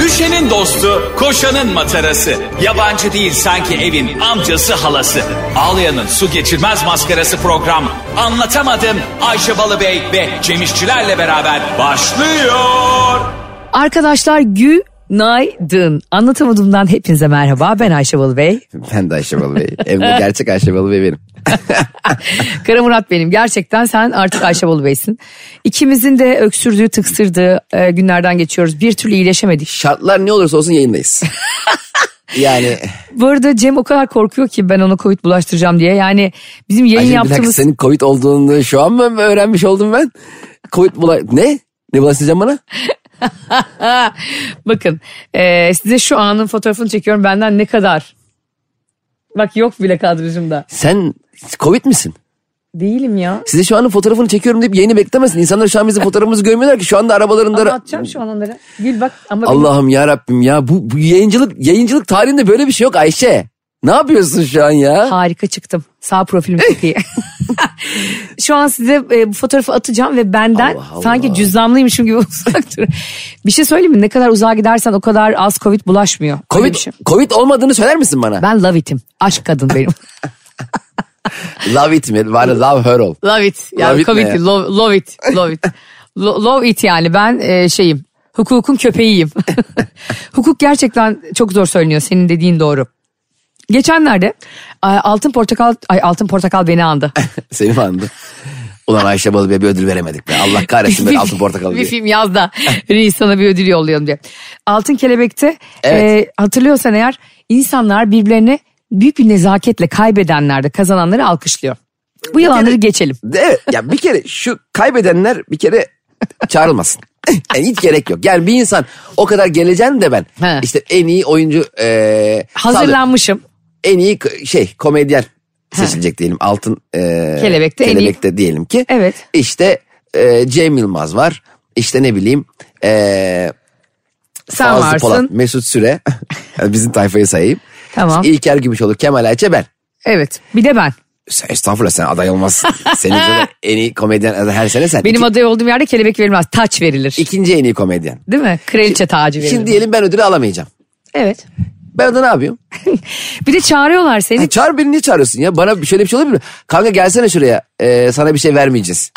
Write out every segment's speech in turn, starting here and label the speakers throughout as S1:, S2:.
S1: Düşenin dostu, koşanın matarası. Yabancı değil sanki evin amcası halası. Ağlayanın su geçirmez maskarası program. Anlatamadım Ayşe Balıbey ve Cemişçilerle beraber başlıyor.
S2: Arkadaşlar günaydın. Anlatamadığımdan hepinize merhaba. Ben Ayşe Balı Bey.
S3: Ben de Ayşe Balı Bey. Hem de gerçek Ayşe Balı Bey benim.
S2: Kara Murat benim. Gerçekten sen artık Ayşe Balı Bey'sin. İkimizin de öksürdüğü, tıksırdığı e, günlerden geçiyoruz. Bir türlü iyileşemedik.
S3: Şartlar ne olursa olsun yayındayız. yani
S2: Bu arada Cem o kadar korkuyor ki ben ona Covid bulaştıracağım diye. Yani bizim yayın
S3: Ayşe bir dakika
S2: yaptığımız...
S3: senin Covid olduğunu şu an mı öğrenmiş oldum ben? Covid bula... Ne? Ne bulaştıracaksın bana?
S2: Bakın e, size şu anın fotoğrafını çekiyorum. Benden ne kadar... Bak yok bile kadrajımda.
S3: Sen Covid misin?
S2: Değilim ya.
S3: Size şu anın fotoğrafını çekiyorum deyip yayını beklemesin. İnsanlar şu an bizim fotoğrafımızı görmüyorlar ki. Şu anda arabalarında...
S2: Ama atacağım şu an onları. Gül bak ama benim-
S3: Allah'ım ya Rabbim ya bu, bu yayıncılık yayıncılık tarihinde böyle bir şey yok Ayşe. Ne yapıyorsun şu an ya?
S2: Harika çıktım. Sağ profilim çok iyi. Şu an size e, bu fotoğrafı atacağım ve benden
S3: Allah Allah.
S2: sanki cüzdanlıymışım gibi uzak durun. Bir şey söyleyeyim mi? Ne kadar uzağa gidersen o kadar az Covid bulaşmıyor. Öyle
S3: Covid,
S2: bir şey.
S3: Covid olmadığını söyler misin bana?
S2: Ben love it'im. Aşk kadın benim.
S3: Love it mi? Bana love her ol.
S2: love it. Yani
S3: Love it
S2: Covid
S3: ne?
S2: değil, Love, love it. Love it. Lo- love it yani ben e, şeyim. Hukukun köpeğiyim. Hukuk gerçekten çok zor söyleniyor. Senin dediğin doğru. Geçenlerde e, altın portakal ay altın portakal beni andı.
S3: Seni anladım. Ulan Ayşe Balıbey'e bir ödül veremedik be. Allah kahretsin ben altın portakal
S2: Bir
S3: diye.
S2: film yaz da reis sana bir ödül yollayalım diye. Altın Kelebek'te
S3: Evet.
S2: e, hatırlıyorsan eğer insanlar birbirlerine büyük bir nezaketle kaybedenler de kazananları alkışlıyor. Bu yalanları geçelim.
S3: Evet ya bir kere şu kaybedenler bir kere çağrılmasın. Yani hiç gerek yok. Yani bir insan o kadar geleceğim de ben
S2: He.
S3: işte en iyi oyuncu e, sağlık-
S2: Hazırlanmışım.
S3: en iyi k- şey komedyen seçilecek diyelim. Altın e,
S2: Kelebek'te en iyi-
S3: Kelebek'te diyelim ki.
S2: Evet.
S3: İşte e, Cem Yılmaz var. İşte ne bileyim e,
S2: Sen
S3: Fazlı
S2: varsın.
S3: Polat, Mesut Süre. Yani Bizim tayfayı sayayım.
S2: Tamam.
S3: İşte İlker Gümüşoluk, Kemal Ayça ben.
S2: Evet. Bir de ben.
S3: Sen, estağfurullah sen aday olmazsın. Senin zaten en iyi komedyen adı her sene sen.
S2: Benim
S3: İki-
S2: aday olduğum yerde kelebek verilmez. Taç verilir.
S3: ikinci en iyi komedyen.
S2: Değil mi? Kraliçe tacı verilir.
S3: Şimdi diyelim ben ödülü alamayacağım.
S2: Evet.
S3: Ben orada ne yapıyorum?
S2: Bir de çağırıyorlar
S3: Ya
S2: seni.
S3: çağır beni niye çağırıyorsun ya? Bana şöyle bir şey olabilir mi? Kanka gelsene şuraya. Ee, sana bir şey vermeyeceğiz.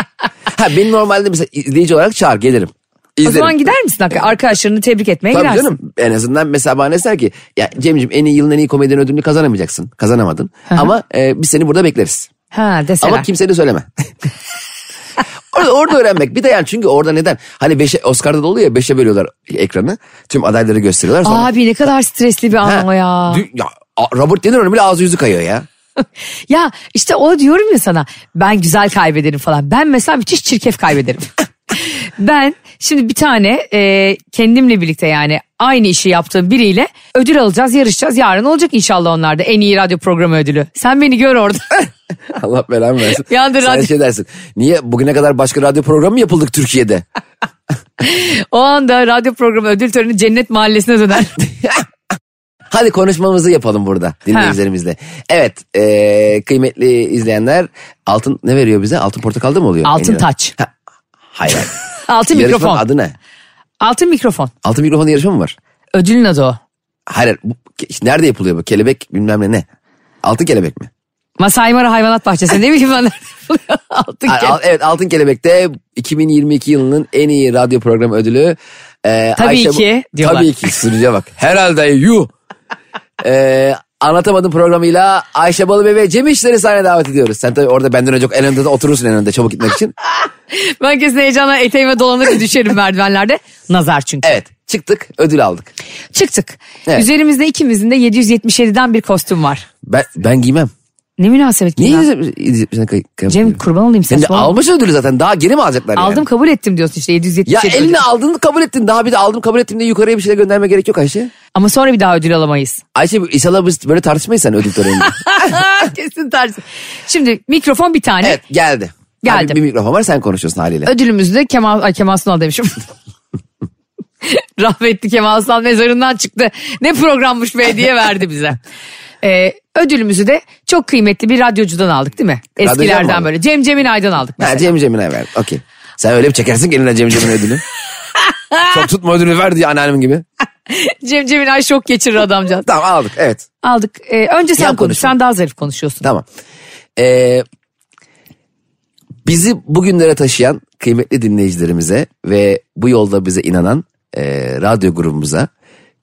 S3: ha beni normalde mesela izleyici olarak çağır gelirim.
S2: o
S3: İzlerim.
S2: zaman gider misin? hakikaten? Arkadaşlarını tebrik etmeye
S3: Tabii
S2: gidersin.
S3: canım en azından mesela bana deseler ki ya Cem'ciğim en iyi yılın en iyi komedyen ödülünü kazanamayacaksın. Kazanamadın. Ama e, biz seni burada bekleriz.
S2: Ha deseler.
S3: Ama kimseye de söyleme. orada, orada öğrenmek. Bir de yani çünkü orada neden? Hani beşe, Oscar'da da oluyor ya beşe bölüyorlar ekranı. Tüm adayları gösteriyorlar sonra.
S2: Abi ne kadar stresli bir
S3: Ha,
S2: an o ya.
S3: dü- ya, a- Robert De Niro'nun bile ağzı yüzü kayıyor ya.
S2: Ya işte o diyorum ya sana ben güzel kaybederim falan. Ben mesela müthiş çirkef kaybederim. ben şimdi bir tane e, kendimle birlikte yani aynı işi yaptığım biriyle ödül alacağız yarışacağız. Yarın olacak inşallah onlar da en iyi radyo programı ödülü. Sen beni gör orada.
S3: Allah belamı versin.
S2: Yandı
S3: Sen
S2: radyo.
S3: şey dersin. Niye bugüne kadar başka radyo programı mı yapıldık Türkiye'de?
S2: o anda radyo programı ödül töreni cennet mahallesine döner.
S3: Hadi konuşmamızı yapalım burada dinleyicilerimizle. Evet eee, kıymetli izleyenler altın ne veriyor bize? Altın portakalda mı oluyor?
S2: Altın
S3: En-
S2: taç.
S3: Ha, hayır. hayır.
S2: Altın
S3: Yarışmanın
S2: mikrofon.
S3: adı ne?
S2: Altın mikrofon.
S3: Altın mikrofon yarışma mı var?
S2: Ödülün adı o.
S3: Hayır. hayır, Bu, ke- nerede yapılıyor bu? Kelebek bilmem ne ne? Altın kelebek mi?
S2: Masai Mara hayvanat bahçesinde değil mi ki ben? Altın
S3: Al- al-
S2: kelebek.
S3: evet Altın Kelebek'te 2022 yılının en iyi radyo programı ödülü. e,
S2: Tabii ki diyorlar.
S3: Tabii ki sürücüye bak. Herhalde yuh. E, anlatamadım programıyla Ayşe Balıbey ve Cem İşleri sahne davet ediyoruz. Sen tabii orada benden önce en önde de oturursun en önde çabuk gitmek için.
S2: Ben kesin heyecanla eteğime dolanır düşerim merdivenlerde. Nazar çünkü.
S3: Evet çıktık ödül aldık.
S2: Çıktık.
S3: Evet.
S2: Üzerimizde ikimizin de 777'den bir kostüm var.
S3: Ben, ben giymem.
S2: Ne münasebet
S3: Niye
S2: ya.
S3: yüzüne
S2: Cem kurban olayım sen.
S3: Sen de almış ödülü zaten daha geri mi alacaklar yani?
S2: Aldım kabul ettim diyorsun işte 777.
S3: Ya
S2: ödül.
S3: eline aldın kabul ettin daha bir de aldım kabul ettim diye yukarıya bir şeyler gönderme gerek yok Ayşe.
S2: Ama sonra bir daha ödül alamayız.
S3: Ayşe inşallah biz böyle tartışmayız sen ödül töreninde.
S2: Kesin tersi. Şimdi mikrofon bir tane.
S3: Evet geldi.
S2: Geldi.
S3: Hani bir mikrofon var sen konuşuyorsun haliyle.
S2: Ödülümüzü de Kemal, ay Kemal Sunal demişim. Rahmetli Kemal Sunal mezarından çıktı. Ne programmış be diye verdi bize. Ee, ödülümüzü de çok kıymetli bir radyocudan aldık değil mi?
S3: Radyocudan mı
S2: Eskilerden
S3: aldın?
S2: böyle. Cem Ceminay'dan aldık mesela.
S3: ha, Cem Cem'ine ver. Okey. Sen öyle bir çekersin ki eline Cem Cem'in ödülü. Çok tutma ödülü ver diye anneannem gibi.
S2: Cem Ceminay şok geçirir adamcağız.
S3: Tamam aldık evet.
S2: Aldık. Ee, önce sen
S3: Yan
S2: konuş.
S3: konuşma.
S2: Sen daha zarif konuşuyorsun.
S3: Tamam. Ee, bizi bugünlere taşıyan kıymetli dinleyicilerimize ve bu yolda bize inanan e, radyo grubumuza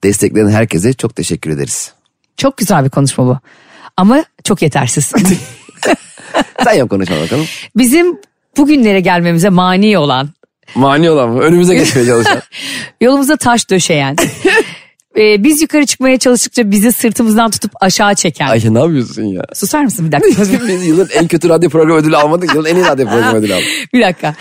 S3: destekleyen herkese çok teşekkür ederiz.
S2: Çok güzel bir konuşma bu. Ama çok yetersiz.
S3: Sen yap konuşma bakalım.
S2: Bizim bugünlere gelmemize mani olan
S3: Mani olan mı? Önümüze geçmeye çalışan.
S2: Yolumuza taş döşeyen. e, biz yukarı çıkmaya çalıştıkça bizi sırtımızdan tutup aşağı çeken.
S3: Ayşe ne yapıyorsun ya?
S2: Susar mısın bir dakika?
S3: Biz yılın en kötü radyo programı ödülü almadık. Yılın en iyi radyo programı ödülü aldık.
S2: bir dakika.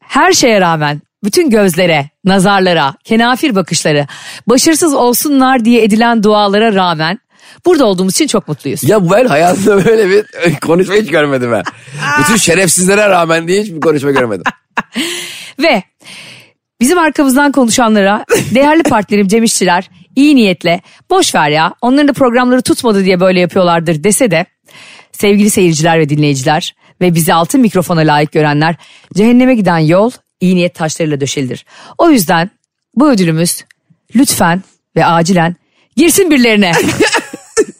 S2: Her şeye rağmen bütün gözlere, nazarlara, kenafir bakışları, başarısız olsunlar diye edilen dualara rağmen burada olduğumuz için çok mutluyuz.
S3: Ya ben hayatımda böyle bir konuşma hiç görmedim ben. Bütün şerefsizlere rağmen diye hiçbir konuşma görmedim.
S2: Ve bizim arkamızdan konuşanlara değerli partnerim Cem İşçiler iyi niyetle boş ver ya onların da programları tutmadı diye böyle yapıyorlardır dese de sevgili seyirciler ve dinleyiciler ve bizi altın mikrofona layık görenler cehenneme giden yol iyi niyet taşlarıyla döşelidir. O yüzden bu ödülümüz lütfen ve acilen girsin birilerine.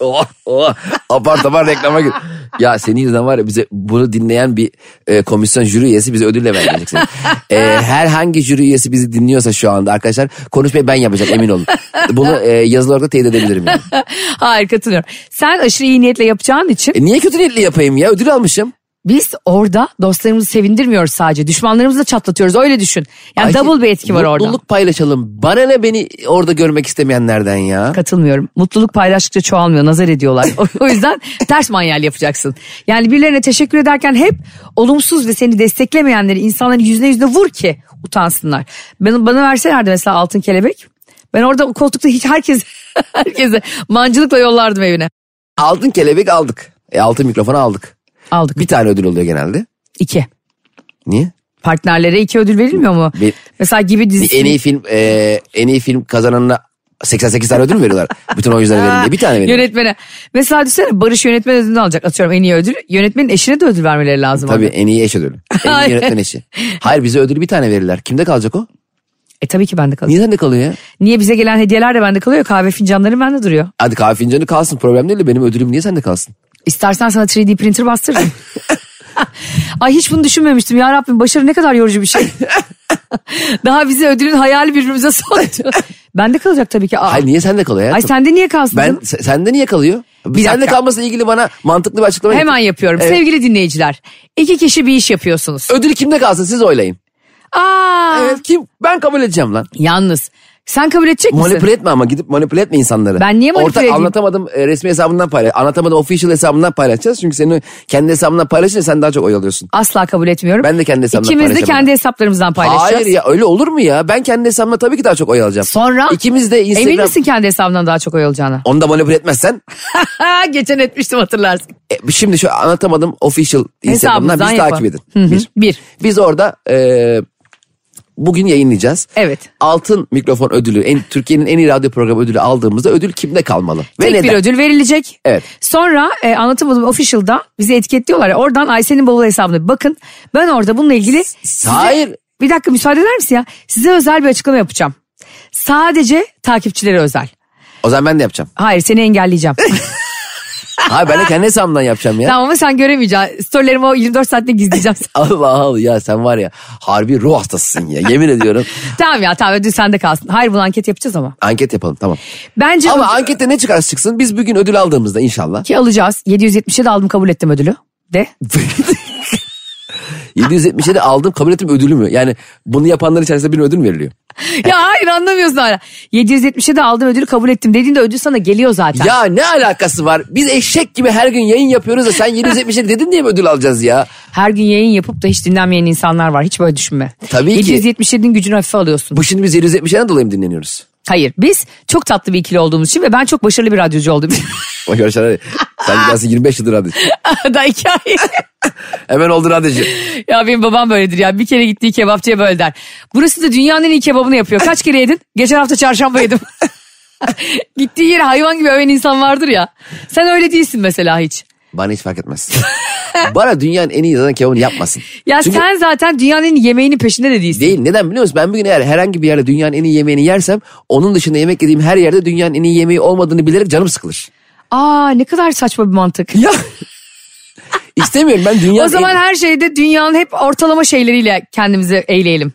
S3: Oh, oh. Apar topar reklama gir. Ya senin yüzünden var ya bize bunu dinleyen bir e, komisyon jüri üyesi bize ödülle verecek seni. E, herhangi jüri üyesi bizi dinliyorsa şu anda arkadaşlar konuşmayı ben yapacağım emin olun. Bunu e, yazılı olarak da teyit edebilirim yani.
S2: Hayır katılıyorum. Sen aşırı iyi niyetle yapacağın için
S3: E, niye kötü niyetli yapayım ya ödül almışım.
S2: Biz orada dostlarımızı sevindirmiyoruz sadece. Düşmanlarımızı da çatlatıyoruz öyle düşün. Yani
S3: Ayşe,
S2: double bir etki var orada.
S3: Mutluluk paylaşalım. Bana ne beni orada görmek istemeyenlerden ya.
S2: Katılmıyorum. Mutluluk paylaştıkça çoğalmıyor. Nazar ediyorlar. O- o yüzden ters manyal yapacaksın. Yani birilerine teşekkür ederken hep olumsuz ve seni desteklemeyenleri insanların yüzüne yüzüne vur ki utansınlar. Bana, bana verselerdi mesela altın kelebek. Ben orada koltukta hiç herkes herkese mancılıkla yollardım evine.
S3: Altın kelebek aldık. E, altın mikrofonu aldık.
S2: Aldık.
S3: Bir tane ödül oluyor genelde.
S2: iki.
S3: Niye?
S2: Partnerlere iki ödül verilmiyor mu?
S3: Bir-
S2: mesela gibi dizisi.
S3: En iyi film e, en iyi film kazananına 88 tane ödül mü veriyorlar? Bütün oyunculara verin diye. Bir tane veriyor.
S2: Ah, Yönetmene. Mesela düşünsene Barış yönetmen ödülünü alacak. Atıyorum en iyi ödül. Yönetmenin eşine de ödül vermeleri lazım.
S3: Tabii
S2: orada.
S3: en iyi eş ödülü. En iyi yönetmen eşi. Hayır bize ödülü bir tane verirler. Kimde kalacak o?
S2: E tabii ki bende kalıyor. Niye?
S3: Niye sende kalıyor ya?
S2: bize gelen hediyeler de bende kalıyor. Kahve fincanları bende duruyor.
S3: Hadi kahve fincanı kalsın problem değil de benim ödülüm niye sende kalsın?
S2: İstersen sana 3D printer bastırırım. Ay hiç bunu düşünmemiştim. Ya Rabbim başarı ne kadar yorucu bir şey. Daha bize ödülün hayali birbirimize soktu. bende kalacak tabii ki. Aa.
S3: Hayır niye sende kalıyor ya?
S2: Ay sende niye kalsın?
S3: ben
S2: canım?
S3: se- sende niye kalıyor? sende
S2: dakika.
S3: kalmasıyla ilgili bana mantıklı bir açıklama
S2: Hemen
S3: yapın.
S2: yapıyorum.
S3: Evet.
S2: Sevgili dinleyiciler. iki kişi bir iş yapıyorsunuz.
S3: Ödül kimde kalsın siz oylayın.
S2: Aa.
S3: Evet kim? Ben kabul edeceğim lan.
S2: Yalnız sen kabul edecek misin?
S3: Manipüle etme ama gidip manipüle etme insanları.
S2: Ben niye manipüle
S3: Ortak
S2: edeyim?
S3: anlatamadım e, resmi hesabından paylaş. Anlatamadım official hesabından paylaşacağız. Çünkü senin kendi hesabından paylaşınca sen daha çok oy alıyorsun.
S2: Asla kabul etmiyorum.
S3: Ben de kendi hesabımdan
S2: İkimiz de
S3: paylaşamam.
S2: kendi hesaplarımızdan paylaşacağız.
S3: Hayır ya öyle olur mu ya? Ben kendi hesabımda tabii ki daha çok oy alacağım.
S2: Sonra?
S3: İkimiz de Instagram.
S2: Emin misin kendi hesabından daha çok oy olacağına?
S3: Onu da manipüle etmezsen.
S2: Ha, Geçen etmiştim hatırlarsın.
S3: E, şimdi şu anlatamadım official Instagram'dan
S2: Hesabımızdan
S3: bizi
S2: yapalım.
S3: takip edin.
S2: Hı hı,
S3: Bir.
S2: bir.
S3: Biz orada e, bugün yayınlayacağız.
S2: Evet.
S3: Altın mikrofon ödülü, en, Türkiye'nin en iyi radyo programı ödülü aldığımızda ödül kimde kalmalı? Ve
S2: Tek
S3: neden?
S2: bir ödül verilecek.
S3: Evet.
S2: Sonra e, anlatamadım official'da bizi etiketliyorlar. ya, Oradan Ayşe'nin bavulu hesabına bir bakın. Ben orada bununla ilgili size-
S3: Hayır.
S2: Bir dakika müsaade eder misin ya? Size özel bir açıklama yapacağım. Sadece takipçilere özel.
S3: O zaman ben de yapacağım.
S2: Hayır seni engelleyeceğim.
S3: Hayır ben de kendi hesabımdan yapacağım ya.
S2: Tamam ama sen göremeyeceksin. Storylerimi o 24 saatte gizleyeceğim.
S3: Allah Allah ya sen var ya harbi ruh hastasısın ya yemin ediyorum.
S2: tamam ya tamam ödül sende kalsın. Hayır bunu anket yapacağız ama.
S3: Anket yapalım tamam.
S2: Bence
S3: Ama
S2: ödül-
S3: ankette ne çıkarsa çıksın biz bugün ödül aldığımızda inşallah.
S2: ki alacağız. 777 aldım kabul ettim ödülü. De.
S3: 777 aldım kabul ettim ödülü mü? Yani bunu yapanlar içerisinde bir ödül mü veriliyor?
S2: ya hayır anlamıyorsun hala. 777 aldım ödülü kabul ettim dediğinde ödül sana geliyor zaten.
S3: Ya ne alakası var? Biz eşek gibi her gün yayın yapıyoruz da sen 777 dedin diye mi ödül alacağız ya?
S2: Her gün yayın yapıp da hiç dinlenmeyen insanlar var. Hiç böyle düşünme.
S3: Tabii ki.
S2: 777'nin gücünü hafife alıyorsun.
S3: Bu şimdi biz 777'den dolayı mı dinleniyoruz?
S2: Hayır biz çok tatlı bir ikili olduğumuz için ve ben çok başarılı bir radyocu olduğum için.
S3: Bak Görşen sen gidersin 25 yıldır radyocu.
S2: Daha iki ay.
S3: Hemen oldu radyocu.
S2: ya benim babam böyledir ya. Bir kere gittiği kebapçıya böyle der. Burası da dünyanın en iyi kebabını yapıyor. Kaç kere yedin? Geçen hafta çarşamba yedim. Gittiği yere hayvan gibi öven insan vardır ya. Sen öyle değilsin mesela hiç.
S3: Bana hiç fark etmez. Bana dünyanın en iyi zaten kebabını yapmasın.
S2: Ya
S3: Çünkü
S2: sen zaten dünyanın en iyi yemeğinin peşinde de değilsin.
S3: Değil. Neden biliyor musun? Ben bugün eğer herhangi bir yerde dünyanın en iyi yemeğini yersem onun dışında yemek yediğim her yerde dünyanın en iyi yemeği olmadığını bilerek canım sıkılır.
S2: Aa ne kadar saçma bir mantık.
S3: Ya. İstemiyorum ben dünyanın
S2: o zaman
S3: en...
S2: her şeyde dünyanın hep ortalama şeyleriyle kendimizi eğleyelim.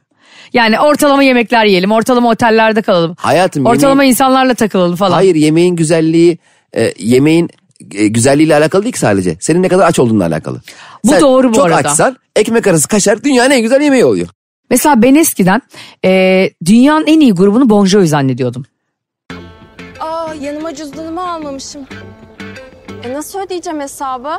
S2: Yani ortalama yemekler yiyelim, ortalama otellerde kalalım.
S3: Hayatım
S2: Ortalama
S3: yemeğin-
S2: insanlarla takılalım falan.
S3: Hayır yemeğin güzelliği e, yemeğin e, güzelliğiyle alakalı değil ki sadece. Senin ne kadar aç olduğunla alakalı.
S2: Bu
S3: Sen
S2: doğru bu
S3: çok
S2: arada.
S3: açsan ekmek arası kaşar dünyanın en güzel yemeği oluyor.
S2: Mesela ben eskiden e, dünyanın en iyi grubunu Bon Jovi zannediyordum.
S4: Aa yanıma cüzdanımı almamışım. E nasıl ödeyeceğim hesabı?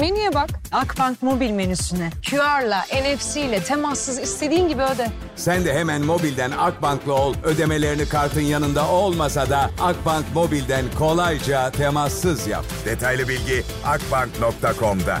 S5: Menüye bak. Akbank mobil menüsüne. QR'la, NFC ile temassız istediğin gibi öde.
S6: Sen de hemen mobilden Akbank'la ol. Ödemelerini kartın yanında olmasa da Akbank mobilden kolayca temassız yap.
S7: Detaylı bilgi akbank.com'da.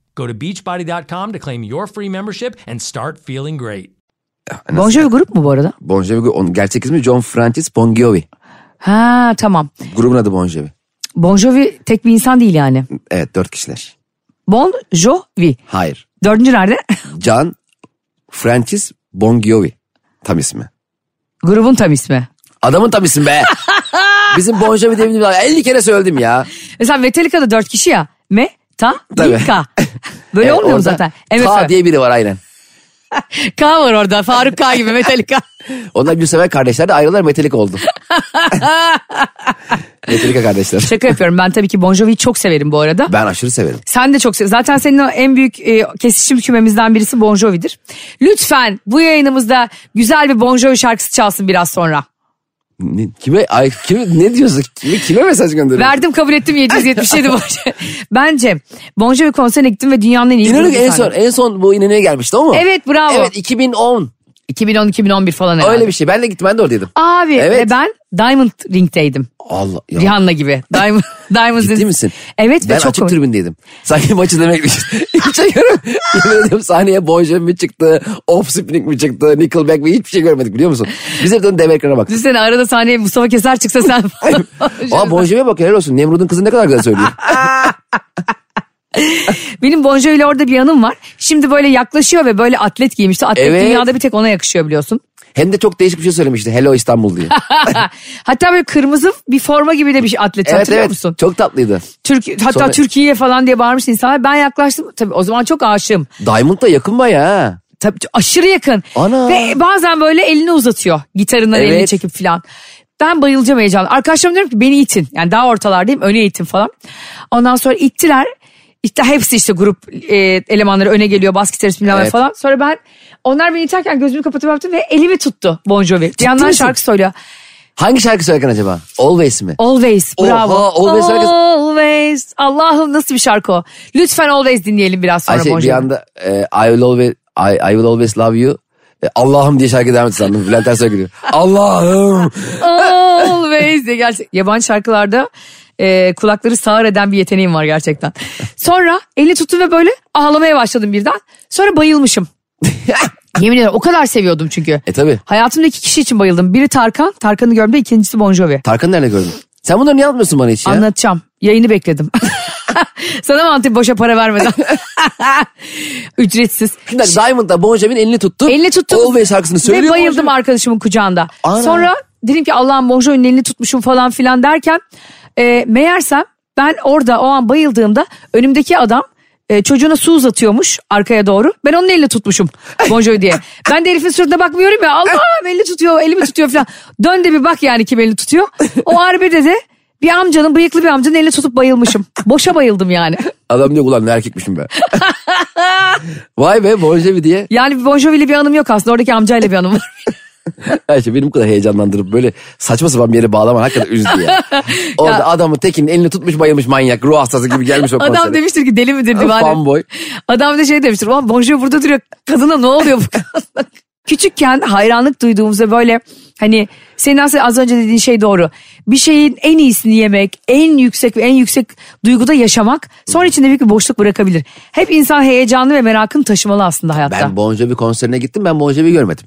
S8: Go to beachbody.com to claim your free membership and start feeling great.
S2: Bon Jovi grup mu bu arada?
S3: Bon Jovi onun gerçek ismi John Francis Bon Jovi.
S2: Ha tamam.
S3: Grubun adı Bon Jovi.
S2: Bon Jovi tek bir insan değil yani.
S3: Evet dört kişiler.
S2: Bon Jovi.
S3: Hayır.
S2: Dördüncü nerede?
S3: John Francis Bon Jovi. Tam ismi.
S2: Grubun tam ismi.
S3: Adamın tam ismi be. Bizim Bon Jovi diye bir 50 kere söyledim ya.
S2: Mesela Metallica'da dört kişi ya. Me, ta,
S3: Tabii.
S2: li, ka. Böyle
S3: Evet,
S2: olmuyor mu
S3: E, orada
S2: zaten?
S3: Ta
S2: MFÖ.
S3: diye biri var aynen.
S2: K var orada. Faruk K gibi Metallica.
S3: Onlar Gülsever kardeşler de ayrılar metalik oldu. Metallica kardeşler.
S2: Şaka yapıyorum. Ben tabii ki Bon Jovi'yi çok severim bu arada.
S3: Ben aşırı severim.
S2: Sen de çok sev. Zaten senin o en büyük e, kesişim kümemizden birisi Bon Jovi'dir. Lütfen bu yayınımızda güzel bir Bon Jovi şarkısı çalsın biraz sonra.
S3: Ne- kime, ay, kime, ne diyorsun? Kime, kime mesaj gönderiyorsun?
S2: Verdim kabul ettim 777 Bon Jovi. Bence Bon Jovi konserine gittim ve dünyanın en iyi
S3: İnönü
S2: grubu
S3: en son,
S2: sandım.
S3: en son bu İnönü'ye gelmişti o mu?
S2: Evet, bravo.
S3: Evet 2010.
S2: 2010-2011 falan herhalde.
S3: Öyle bir şey. Ben de gittim ben de oradaydım.
S2: Abi
S3: Evet.
S2: ve ben Diamond Ring'deydim.
S3: Allah ya.
S2: Rihanna gibi. Diamond, Diamond
S3: Ciddi
S2: Ring.
S3: misin?
S2: Evet
S3: ben
S2: ve çok
S3: açık
S2: komik.
S3: tribündeydim. Sanki maçı demekmişiz. hiçbir şey görmedim. Yemin ediyorum sahneye Bon Jovi mi çıktı, Offspring mi çıktı, Nickelback mi hiçbir şey görmedik biliyor musun? Biz hep dönüp dev ekrana baktık.
S2: Düşünsene arada sahneye Mustafa Keser çıksa sen falan.
S3: Aa Bon Jovi'ye bak helal olsun. Nemrud'un kızı ne kadar güzel söylüyor.
S2: Benim Bon Jovi'yle orada bir yanım var. Şimdi böyle yaklaşıyor ve böyle atlet giymişti. Atlet
S3: Evet.
S2: dünyada bir tek ona yakışıyor biliyorsun.
S3: Hem de çok değişik bir şey söylemişti. Hello İstanbul diye.
S2: Hatta böyle kırmızı bir forma gibi de bir şey atlet
S3: evet
S2: hatırlıyor
S3: evet.
S2: musun?
S3: Çok tatlıydı.
S2: Türk, hatta
S3: Sonra-
S2: Türkiye falan diye bağırmış insanlar. Ben yaklaştım. Tabii o zaman çok aşığım.
S3: Diamond da yakın baya ha.
S2: Tabii aşırı yakın.
S3: Ana.
S2: Ve bazen böyle elini uzatıyor. Gitarından
S3: Evet.
S2: elini çekip falan. Ben bayılacağım heyecanla. Arkadaşlarım diyorum ki beni itin. Yani daha ortalardayım öne itin falan. Ondan sonra ittiler. İşte hepsi işte grup e, elemanları öne geliyor. Bas gitarist bilmem ne
S3: Evet.
S2: falan. Sonra ben onlar beni iterken gözümü kapatıp yaptım ve elimi tuttu Bon Jovi. Bir yandan
S3: misin?
S2: şarkı söylüyor.
S3: Hangi şarkı söylerken acaba? Always mi?
S2: Always
S3: Oha,
S2: bravo.
S3: Always herkes-
S2: Always. Allah'ım nasıl bir şarkı o. Lütfen Always dinleyelim biraz sonra
S3: Ay şey,
S2: Bon
S3: bir
S2: Jovi.
S3: anda e, I, will always, I, I will always love you. E, Allah'ım diye şarkı devam etti sandım. Bülent Ersoy gülüyor. Allah'ım.
S2: Always diye gerçek. Yabancı şarkılarda e, kulakları sağır eden bir yeteneğim var gerçekten. Sonra elini tuttum ve böyle ağlamaya başladım birden. Sonra bayılmışım. Yemin ederim o kadar seviyordum çünkü.
S3: E tabi.
S2: Hayatımda iki kişi için bayıldım. Biri Tarkan, Tarkan'ı gördüm ikincisi Bon Jovi.
S3: Tarkan'ı nerede gördün? Sen bunları niye anlatmıyorsun bana hiç ya?
S2: Anlatacağım. Yayını bekledim. Sana mı anlatayım boşa para vermeden? Ücretsiz.
S3: Bir dakika, Diamond'da Bon Jovi'nin elini tuttu.
S2: Elini tuttum.
S3: Always şarkısını söylüyor.
S2: Ve
S3: Bon
S2: bayıldım
S3: Jovi.
S2: arkadaşımın kucağında.
S3: Ana.
S2: Sonra dedim ki Allah'ım Bon Jovi'nin elini tutmuşum falan filan derken e, meğersem ben orada o an bayıldığımda önümdeki adam e, çocuğuna su uzatıyormuş arkaya doğru. Ben onun elini tutmuşum Bon Jovi diye. Ben de herifin suratına bakmıyorum ya Allah'ım elini tutuyor elimi tutuyor falan. Dön de bir bak yani kim elini tutuyor. O harbide de bir amcanın bıyıklı bir amcanın elini tutup bayılmışım. Boşa bayıldım yani.
S3: Adam diyor ulan ne erkekmişim be. Vay be Bon Jovi diye.
S2: Yani Bon Jovi'li bir anım yok aslında oradaki amcayla bir anım var.
S3: Ayşe benim bu kadar heyecanlandırıp böyle saçma sapan bir yere bağlaman hakikaten üzdü ya. Orada adamın tekinin elini tutmuş bayılmış manyak ruh hastası gibi gelmiş o konsere.
S2: Adam demiştir ki deli midir divane.
S3: Fanboy.
S2: Adam da şey demiştir. Ulan Bon Jovi burada duruyor. Kadına ne oluyor bu kadına? Küçükken hayranlık duyduğumuzda böyle hani senin aslında az önce dediğin şey doğru. Bir şeyin en iyisini yemek, en yüksek ve en yüksek duyguda yaşamak sonra içinde büyük bir boşluk bırakabilir. Hep insan heyecanlı ve merakını taşımalı aslında hayatta.
S3: Ben Bon Jovi konserine gittim ben Bon Jovi görmedim.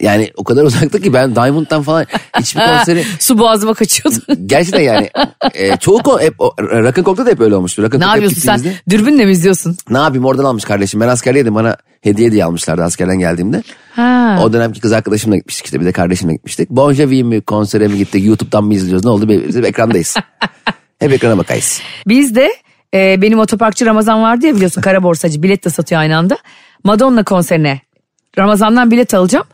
S3: Yani o kadar uzakta ki ben Diamond'dan falan hiçbir konseri...
S2: Su boğazıma kaçıyordu.
S3: Gerçekten yani e, çoğu kon, hep, o- Rock'n Coke'da da hep öyle olmuştu. Rock'n
S2: ne
S3: Coke'a hep
S2: yapıyorsun sen?
S3: gittiğimizde-
S2: Dürbünle mi izliyorsun?
S3: Ne yapayım oradan almış kardeşim ben askerdeydim bana hediye diye almışlardı askerden geldiğimde.
S2: Ha.
S3: O dönemki kız arkadaşımla gitmiştik işte bir de kardeşimle gitmiştik. Bon Jovi mi konsere mi gittik YouTube'dan mı izliyoruz ne oldu biz hep ekrandayız. hep ekrana bakayız.
S2: Biz de e, benim otoparkçı Ramazan vardı ya biliyorsun kara borsacı bilet de satıyor aynı anda. Madonna konserine Ramazan'dan bilet alacağım.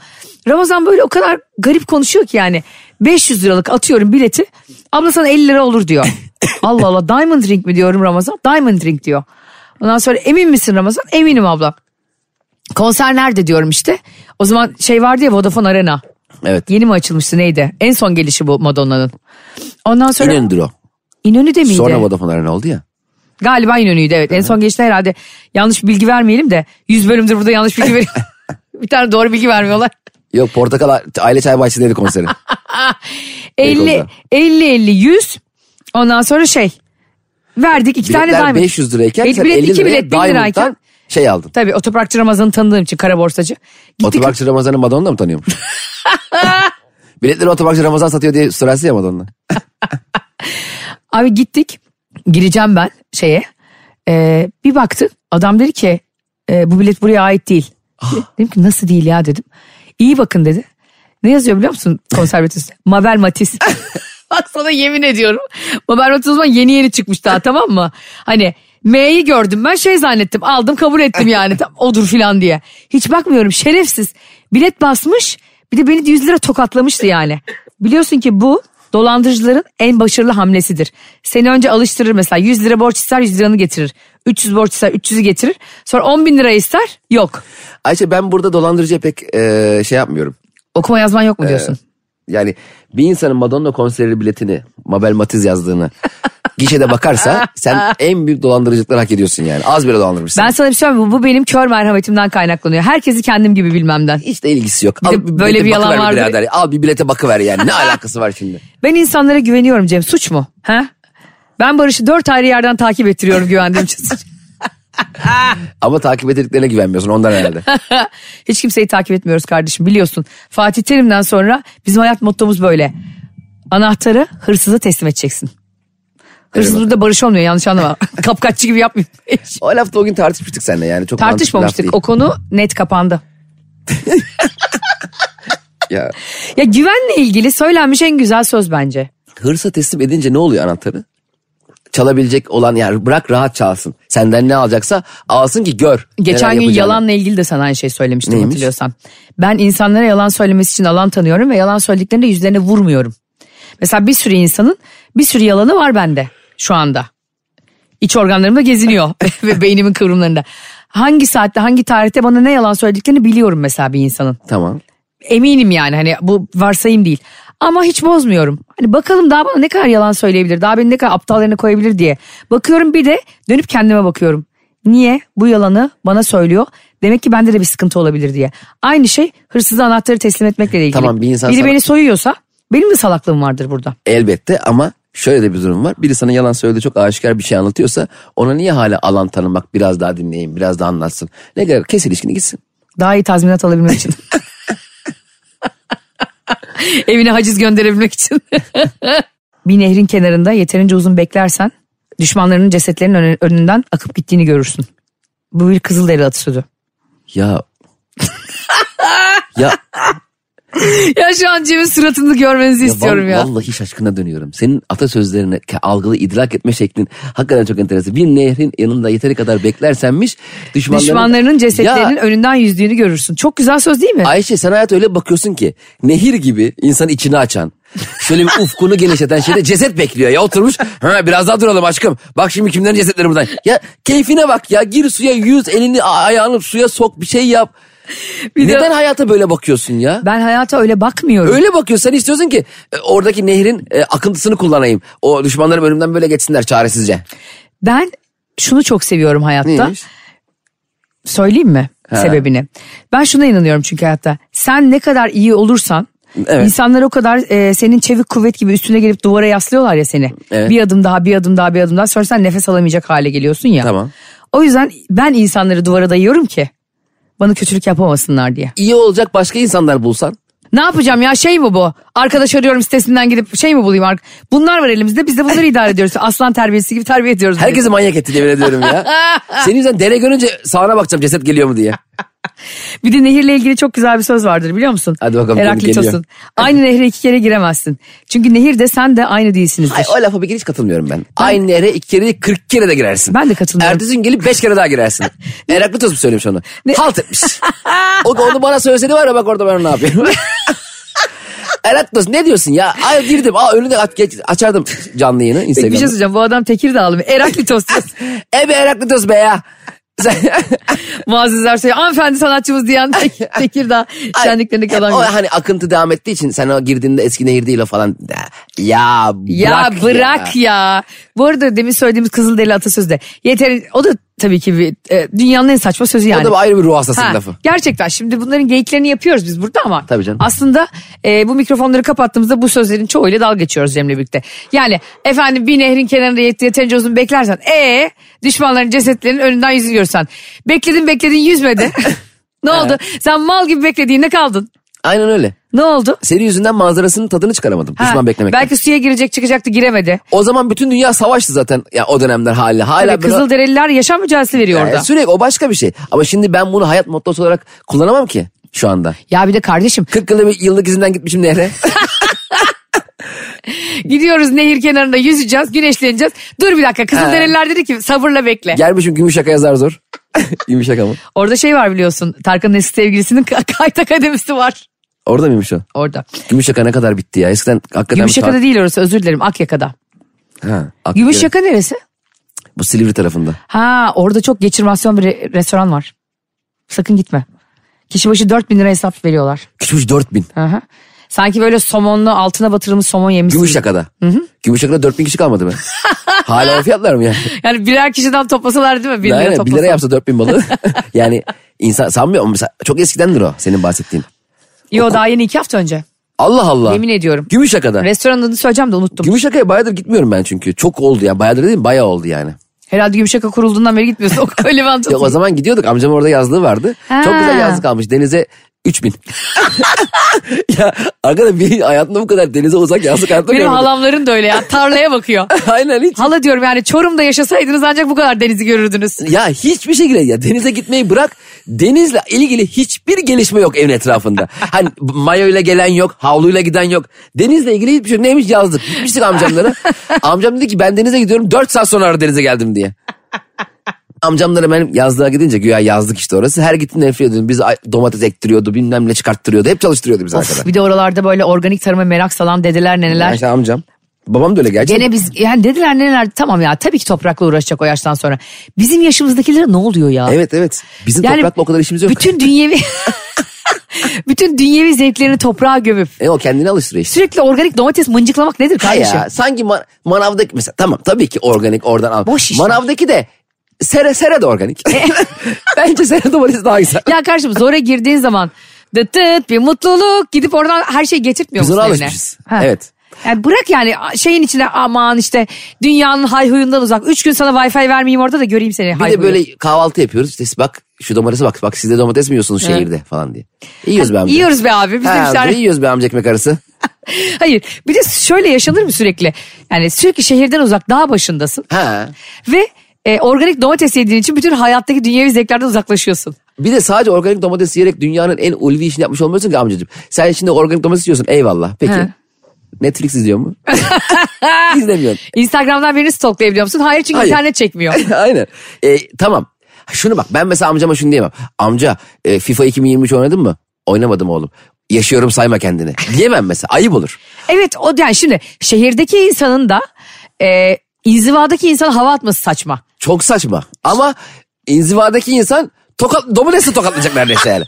S2: Ramazan böyle o kadar garip konuşuyor ki yani 500 liralık atıyorum bileti abla sana 50 lira olur diyor. Allah Allah diamond ring mi diyorum Ramazan diamond ring diyor. Ondan sonra emin misin Ramazan eminim abla. Konser nerede diyorum işte. O zaman şey vardı ya Vodafone Arena.
S3: Evet.
S2: Yeni mi açılmıştı neydi? En son gelişi bu Madonna'nın. Ondan sonra
S3: İnönü'dür o.
S2: İnönü de miydi?
S3: Sonra Vodafone Arena oldu ya.
S2: Galiba İnönü'ydü evet. En son geçti herhalde. Yanlış bir bilgi vermeyelim de. 100 bölümdür burada yanlış bilgi veriyorum. bir tane doğru bilgi vermiyorlar.
S3: Yok Portakal Aile Çay Bahçesi'ndeydi konseri.
S2: 50,
S3: Beykoz'da.
S2: 50, 50, 100. Ondan sonra şey. Verdik iki tane
S3: Biletler
S2: daim.
S3: 500 lirayken
S2: El-
S3: sen
S2: bilet
S3: 50
S2: iki
S3: liraya
S2: bilet, bin lirayken.
S3: Diamond'dan şey aldın.
S2: Tabii otoparkçı Ramazan'ı tanıdığım için kara borsacı. Gittik.
S3: Otobakçı Ramazan'ı Madonna mı tanıyormuş? Biletleri Otobakçı Ramazan satıyor diye sırası ya Madonna.
S2: Abi gittik. Gireceğim ben şeye. Ee, bir baktık. Adam dedi ki "E, bu bilet buraya ait değil.
S3: Ah.
S2: dedim ki nasıl değil ya dedim. İyi bakın dedi. Ne yazıyor biliyor musun konser biletinin üstüne? Mabel Matiz. Bak sana yemin ediyorum. Mabel Matiz o zaman yeni yeni çıkmış daha tamam mı? Hani M'yi gördüm ben şey zannettim aldım kabul ettim yani tam odur filan diye. Hiç bakmıyorum şerefsiz. Bilet basmış bir de beni 100 lira tokatlamıştı yani. Biliyorsun ki bu dolandırıcıların en başarılı hamlesidir. Seni önce alıştırır mesela 100 lira borç ister 100 liranı getirir. 300 borç ister 300'ü getirir. Sonra 10 bin lira ister yok.
S3: Ayşe ben burada dolandırıcıya pek e, şey yapmıyorum.
S2: Okuma yazman yok mu diyorsun?
S3: Yani bir insanın Madonna konseri biletini Mabel Matiz yazdığını gişede bakarsa sen en büyük dolandırıcılıkları hak ediyorsun yani. Az bile dolandırmışsın.
S2: ben sana bir şey söyleyeyim mi? Bu benim kör merhametimden kaynaklanıyor. Herkesi kendim gibi bilmemden.
S3: Hiç de ilgisi yok.
S2: de böyle
S3: bilete
S2: bir yalan
S3: bakıver
S2: vardı.
S3: birader. Al bir bilete bakıver yani. Ne alakası var şimdi?
S2: Ben insanlara güveniyorum Cem. Suç mu? Ha? Ben Barış'ı dört ayrı yerden takip ettiriyorum güvendiğim için.
S3: Ama takip ettiklerine güvenmiyorsun ondan herhalde.
S2: Hiç kimseyi takip etmiyoruz kardeşim biliyorsun. Fatih Terim'den sonra bizim hayat mottomuz böyle. Anahtarı hırsıza teslim edeceksin. Hırsızlık da barış olmuyor yanlış anlama. Kapkaççı gibi yapmayın.
S3: O lafta o gün tartışmıştık seninle yani. Çok mantıklı
S2: Tartışmamıştık. O
S3: laf
S2: konu net kapandı.
S3: değil. Ya,
S2: Ya güvenle ilgili söylenmiş en güzel söz bence.
S3: hırsa teslim edince ne oluyor anahtarı? Çalabilecek olan yani bırak rahat çalsın. Senden ne alacaksa alsın ki gör. neler
S2: Geçen gün
S3: yapacağını.
S2: yalanla ilgili de sana aynı şey söylemiştim
S3: Neymiş?
S2: hatırlıyorsan. Ben insanlara yalan söylemesi için alan tanıyorum ve yalan söylediklerinde yüzlerine vurmuyorum. Mesela bir sürü insanın bir sürü yalanı var bende şu anda. İç organlarımda geziniyor ve beynimin kıvrımlarında. Hangi saatte hangi tarihte bana ne yalan söylediklerini biliyorum mesela bir insanın.
S3: Tamam.
S2: Eminim yani hani bu varsayım değil. Ama hiç bozmuyorum. Hani bakalım daha bana ne kadar yalan söyleyebilir, daha beni ne kadar aptal yerine koyabilir diye. Bakıyorum bir de dönüp kendime bakıyorum. Niye bu yalanı bana söylüyor? Demek ki bende de bir sıkıntı olabilir diye. Aynı şey hırsıza anahtarı teslim etmekle de ilgili.
S3: Tamam, bir insan
S2: Biri
S3: sana-
S2: beni soyuyorsa benim de salaklığım vardır burada.
S3: Elbette ama şöyle de bir durum var. Biri sana yalan söyledi çok aşikar bir şey anlatıyorsa ona niye hala alan tanımak biraz daha dinleyin biraz daha anlatsın. Ne kadar kes ilişkini gitsin.
S2: Daha iyi tazminat alabilmek için. Evine haciz gönderebilmek için. bir nehrin kenarında yeterince uzun beklersen düşmanlarının cesetlerinin önü- önünden akıp gittiğini görürsün. Bu bir Kızılderili atasözü.
S3: Ya ya,
S2: Ya şu an Cem'in suratını görmenizi
S3: ya
S2: istiyorum
S3: val-
S2: ya.
S3: vallahi şaşkına dönüyorum. Senin atasözlerine ke- algılı idrak etme şeklin hakikaten çok enteresan. Bir nehrin yanında yeteri kadar beklersenmiş düşmanların,
S2: Düşmanlarının cesetlerinin
S3: Ya,
S2: önünden yüzdüğünü görürsün. Çok güzel söz değil mi?
S3: Ayşe sen hayata öyle bakıyorsun ki nehir gibi insan içini açan. Şöyle bir ufkunu genişleten şeyde ceset bekliyor ya oturmuş. Ha, biraz daha duralım aşkım. Bak şimdi kimlerin cesetleri buradan. Ya keyfine bak ya gir suya yüz elini a- ayağını suya sok bir şey yap.
S2: Bir de-
S3: Neden hayata böyle bakıyorsun ya?
S2: Ben hayata öyle bakmıyorum.
S3: Öyle bakıyorsun sen istiyorsun ki e, oradaki nehrin e, akıntısını kullanayım. O düşmanlarım önümden böyle geçsinler çaresizce.
S2: Ben şunu çok seviyorum hayatta.
S3: Neymiş?
S2: Söyleyeyim mi sebebini? Ben şuna inanıyorum çünkü hayatta. Sen ne kadar iyi olursan
S3: Evet.
S2: insanlar o kadar e, senin çevik kuvvet gibi üstüne gelip duvara yaslıyorlar ya seni.
S3: Evet.
S2: Bir adım daha bir adım daha bir adım daha sonra sen nefes alamayacak hale geliyorsun ya.
S3: Tamam.
S2: O yüzden ben insanları duvara dayıyorum ki bana kötülük yapamasınlar diye.
S3: İyi olacak başka insanlar bulsan.
S2: Ne yapacağım ya şey mi bu? Arkadaş arıyorum sitesinden gidip şey mi bulayım? Ark- Bunlar var elimizde biz de bunları idare ediyoruz. Aslan terbiyesi gibi terbiye ediyoruz. biz.
S3: Herkesi manyak etti yemin ediyorum ya. Senin yüzünden dere görünce sağına bakacağım ceset geliyor mu diye.
S2: Bir de nehirle ilgili çok güzel bir söz vardır biliyor musun?
S3: Hadi bakalım, konu geliyor.
S2: Heraklitos'un. Aynı nehre iki kere giremezsin. Çünkü nehirde sen de aynı değilsinizdir.
S3: Ay, o lafa bir kere hiç katılmıyorum ben. Aynı yere iki kere değil kırk kere de girersin.
S2: Ben de katılmıyorum.
S3: Ertesi gün gelip beş kere daha girersin. Heraklitos mu söylemiş onu? Halt etmiş. o onu bana söyleseydi var ya bak orada ben ne yapıyorum. Heraklitos ne diyorsun ya? Ay girdim. Aa önünde aç, geç, açardım canlı yayını
S2: Peki bir şey
S3: Instagram'da.
S2: söyleyeceğim bu adam Tekirdağlı mı? Heraklitos diyorsun.
S3: Ebe Heraklitos be ya. Sen,
S2: Muazzez Ersoy hanımefendi sanatçımız diyen Tek- Tekirdağ şenliklerindeki adam.
S3: o
S2: gibi.
S3: hani akıntı devam ettiği için sen o girdiğinde eski nehir değil o falan. Ya bırak
S2: Ya bırak ya. Bu arada demin söylediğimiz Kızılderili atasözü de. Yeter, o da tabii ki bir, e, dünyanın en saçma sözü yani.
S3: O da bir ayrı bir ruh hastası
S2: Ha,
S3: lafı.
S2: Gerçekten şimdi bunların geyiklerini yapıyoruz biz burada ama.
S3: Tabii canım.
S2: Aslında e, bu mikrofonları kapattığımızda bu sözlerin çoğuyla dalga geçiyoruz Cem'le birlikte. Yani efendim bir nehrin kenarında yet- yeterince uzun beklersen. E düşmanların cesetlerinin önünden yüzünü görsen. Bekledin bekledin yüzmedi. ne oldu? Sen mal gibi beklediğinde kaldın.
S3: Aynen öyle.
S2: Ne oldu?
S3: Senin yüzünden manzarasının tadını çıkaramadım.
S2: Ha,
S3: Düşman beklemekten.
S2: Belki suya girecek çıkacaktı giremedi. Hani
S3: O zaman bütün dünya savaştı zaten ya o dönemler haliyle. Hala Ee,
S2: Tabii
S3: ben o-
S2: Kızılderililer yaşam mücadelesi veriyor
S3: Yani
S2: orada.
S3: Sürekli o başka bir şey. Ama şimdi ben bunu hayat mottosu olarak kullanamam ki şu anda.
S2: Ya bir de kardeşim
S3: 40 yılda bir yıllık izinden gitmişim nehre.
S2: gidiyoruz nehir kenarında yüzeceğiz, güneşleneceğiz. Dur bir dakika Kızılderililer dedi ki sabırla bekle.
S3: Gelmişim Gümüşşaka yazar zor. Gümüşşaka mı?
S2: Orada şey var biliyorsun. Tarkan'ın eski sevgilisinin ka- kayıt akademisi var.
S3: Orada mıymış o?
S2: Orada.
S3: Gümüşşaka ne kadar bitti ya. Eskiden hakikaten...
S2: Gümüşyaka'da değil orası özür dilerim Akyaka'da.
S3: Ha, hakikaten.
S2: Gümüşyaka neresi?
S3: Bu Silivri tarafında.
S2: Ha orada çok geçirmasyon bir re- restoran var. Sakın gitme. Kişi başı 4000 lira hesap veriyorlar.
S3: Küçümüş 4000.
S2: Hı hı. Sanki böyle somonlu altına batırılmış somon yemişsin.
S3: Gümüşşaka'da. Gümüşşaka'da 4000 kişi kalmadı be. Hala o fiyatlar mı yani?
S2: Yani birer kişiden toplasalar değil mi? Bir lira
S3: Aynen, bir
S2: toplasalar.
S3: lira yapsa 4000 balığı. yani insan sanmıyor ama mesela çok eskidendir o senin bahsettiğin.
S2: Yo daha yeni iki hafta önce.
S3: Allah Allah.
S2: Yemin ediyorum.
S3: Gümüşşaka'da.
S2: Restoranın adını söyleyeceğim de unuttum.
S3: Gümüşşaka'ya bayağıdır gitmiyorum ben çünkü. Çok oldu ya. Bayağıdır değil bayağı oldu yani.
S2: Herhalde Gümüşyaka kurulduğundan beri gitmiyorsun. O öyle bir anlatıyorsun.
S3: Yok o zaman gidiyorduk. Amcamın orada yazlığı vardı. Çok
S2: Ha.
S3: güzel yazlık almış. Denize 3000. ya arkadaş bir hayatımda bu kadar denize uzak yazlık hayatta
S2: Benim
S3: görmedim.
S2: halamların da öyle ya. Tarlaya bakıyor.
S3: Aynen hiç.
S2: Hala diyorum yani Çorum'da yaşasaydınız ancak bu kadar denizi görürdünüz.
S3: Ya hiçbir şekilde ya denize gitmeyi bırak. Denizle ilgili hiçbir gelişme yok evin etrafında. hani mayoyla gelen yok, havluyla giden yok. Denizle ilgili hiçbir şey yok. Neymiş yazdık. Gitmiştik amcamlara. Amcam dedi ki ben denize gidiyorum 4 saat sonra ara denize geldim diye. Amcamlara benim yazlığa gidince güya yazlık işte orası. Her gittiğinde nefret ediyordum. Biz ay- domates ektiriyordu bilmem ne çıkarttırıyordu. Hep çalıştırıyordu bizi
S2: Of,
S3: arkada.
S2: bir de oralarda böyle organik tarıma merak salan dedeler neneler.
S3: Yani işte amcam. Babam da öyle gerçekten.
S2: Gene biz yani dediler neler tamam ya tabii ki toprakla uğraşacak o yaştan sonra. Bizim yaşımızdakilere ne oluyor ya?
S3: Evet evet. Bizim
S2: Yani
S3: toprakla o kadar işimiz yok.
S2: Bütün dünyevi bütün dünyevi zevklerini toprağa gömüp
S3: E, o kendini alıştırıyor işte.
S2: sürekli organik domates mıncıklamak nedir
S3: Ha
S2: kardeşim?
S3: ya, sanki ma- manavdaki mesela tamam tabii ki organik oradan al.
S2: Boş işler.
S3: Manavdaki de sere sere de organik. Bence sere domatesi daha güzel.
S2: Ya kardeşim zora girdiğin zaman dıt dıt bir mutluluk gidip oradan her şeyi getirtmiyor
S3: Biz
S2: musun
S3: ona
S2: evine?
S3: alışmışız.
S2: Ha.
S3: Evet.
S2: Yani bırak yani şeyin içine aman işte dünyanın hayhuyundan uzak. Üç gün sana wifi vermeyeyim orada da göreyim seni
S3: Bir de böyle kahvaltı yapıyoruz. İşte bak şu domatese bak. Bak sizde domates mi yiyorsunuz şehirde falan diye. Yiyoruz be amca.
S2: Yiyoruz be abi. Biz de bir
S3: Ha,
S2: tane...
S3: Yiyoruz be amca ekmek arası.
S2: Hayır bir de şöyle yaşanır mı sürekli? Yani sürekli şehirden uzak dağ başındasın.
S3: Ha.
S2: Ve e, organik domates yediğin için bütün hayattaki dünyevi zevklerden uzaklaşıyorsun.
S3: Bir de sadece organik domates yiyerek dünyanın en ulvi işini yapmış olmuyorsun ki amcacığım. Sen şimdi organik domates yiyorsun eyvallah. Peki
S2: Ha.
S3: Netflix izliyor mu? İzlemiyorsun.
S2: Instagram'dan birini stalklayabiliyor musun? Hayır çünkü
S3: Hayır.
S2: internet çekmiyor.
S3: Aynen. E, tamam. Şunu bak ben mesela amcama şunu diyemem. Amca e, FIFA 2023 oynadın mı? Oynamadım oğlum. Yaşıyorum sayma kendini. Diyemem mesela ayıp olur.
S2: Evet o yani şimdi şehirdeki insanın da e, inzivadaki insana hava atması saçma.
S3: Çok saçma. Ama inzivadaki insan tokat, domatesi tokatlayacak neredeyse yani.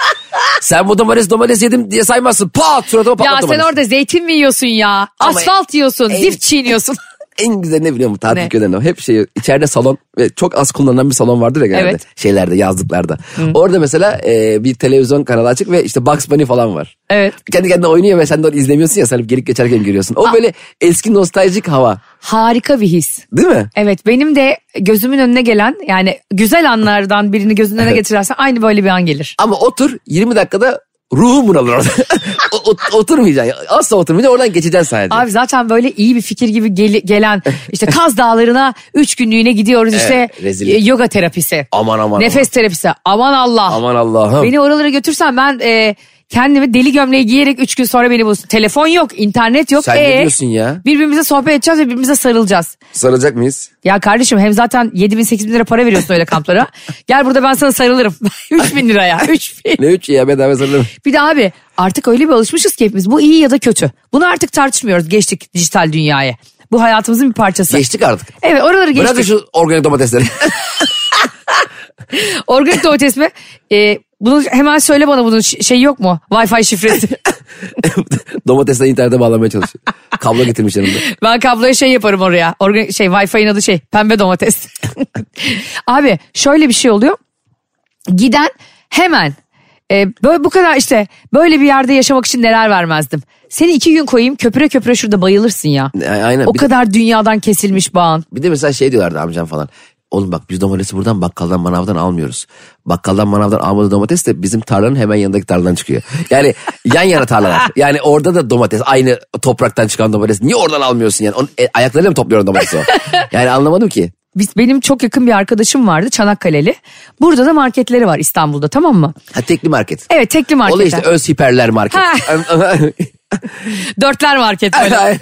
S3: Sen bu domates domates yedim diye saymazsın. Pat suratıma patlat
S2: Ya sen
S3: domatesi.
S2: orada zeytin mi yiyorsun ya?
S3: Ama- e,
S2: Asfalt yiyorsun,
S3: Ey-
S2: zift çiğniyorsun.
S3: en güzel ne biliyor musun tatil
S2: Ne?
S3: köylerinde hep şey içeride salon ve çok az kullanılan bir salon vardır ya genelde
S2: Evet.
S3: şeylerde yazlıklarda. Orada mesela e, bir televizyon kanalı açık ve işte Bugs Bunny falan var.
S2: Evet.
S3: Kendi kendine oynuyor ve sen de onu izlemiyorsun ya sen hep gelip geçerken görüyorsun. O böyle eski nostaljik hava
S2: Harika bir his.
S3: değil mi?
S2: Evet benim de gözümün önüne gelen yani güzel anlardan birini gözünün önüne getirirsen aynı böyle bir an gelir.
S3: Ama otur 20 dakikada ruhun bunalır orada. O- ot- oturmayacaksın. Asla oturmayacaksın oradan geçeceksin sadece.
S2: Abi zaten böyle iyi bir fikir gibi gel- gelen işte Kaz Dağları'na üç günlüğüne gidiyoruz işte
S3: Evet, rezillik.
S2: e, yoga terapisi.
S3: Aman, aman,
S2: Nefes terapisi. Aman Allah.
S3: Aman Allah'ım.
S2: Beni oralara götürsen ben e, kendimi deli gömleği giyerek üç gün sonra beni bulsun. Telefon yok, internet yok.
S3: Sen ne
S2: E,
S3: diyorsun ya?
S2: Birbirimize sohbet edeceğiz ve birbirimize sarılacağız.
S3: Sarılacak mıyız?
S2: Ya kardeşim hem zaten 7 bin 8 bin lira para veriyorsun öyle kamplara. Gel burada ben sana sarılırım. 3 bin liraya. 3 bin.
S3: Ne üç ya bedava sarılırım.
S2: Bir de abi artık öyle bir alışmışız ki hepimiz bu iyi ya da kötü. Bunu artık tartışmıyoruz geçtik dijital dünyaya. Bu hayatımızın bir parçası.
S3: Geçtik artık.
S2: Evet oraları geçtik.
S3: Bırakın şu organik domatesleri.
S2: Organik domates mi? Ee, bunu hemen söyle bana bunun ş- şey yok mu? Wi-Fi şifresi.
S3: Domatesle internete bağlamaya çalışıyor. Kablo getirmiş yanımda.
S2: ben kabloya şey yaparım oraya. Organik şey Wi-Fi'nin adı şey pembe domates. abi şöyle bir şey oluyor. Giden hemen e, böyle bu kadar işte böyle bir yerde yaşamak için neler vermezdim. Seni iki gün koyayım köpüre köpüre şurada bayılırsın ya.
S3: E, aynen.
S2: O
S3: Bir de-
S2: kadar dünyadan kesilmiş bağın.
S3: Bir de mesela şey diyorlardı amcam falan. Oğlum bak biz domatesi buradan bakkaldan manavdan almıyoruz. Bakkaldan manavdan almadığı domates de bizim tarlanın hemen yanındaki tarladan çıkıyor. Yani yan yana tarlalar. Yani orada da domates aynı topraktan çıkan domates. Niye oradan almıyorsun yani? Onun, e, ayaklarıyla mı topluyorsun domatesi o? Yani anlamadım ki.
S2: Biz, benim çok yakın bir arkadaşım vardı Çanakkale'li. Burada da marketleri var İstanbul'da tamam mı?
S3: Ha tekli market.
S2: Evet tekli marketler.
S3: Oluyor işte öz hiperler market.
S2: Dörtler market böyle.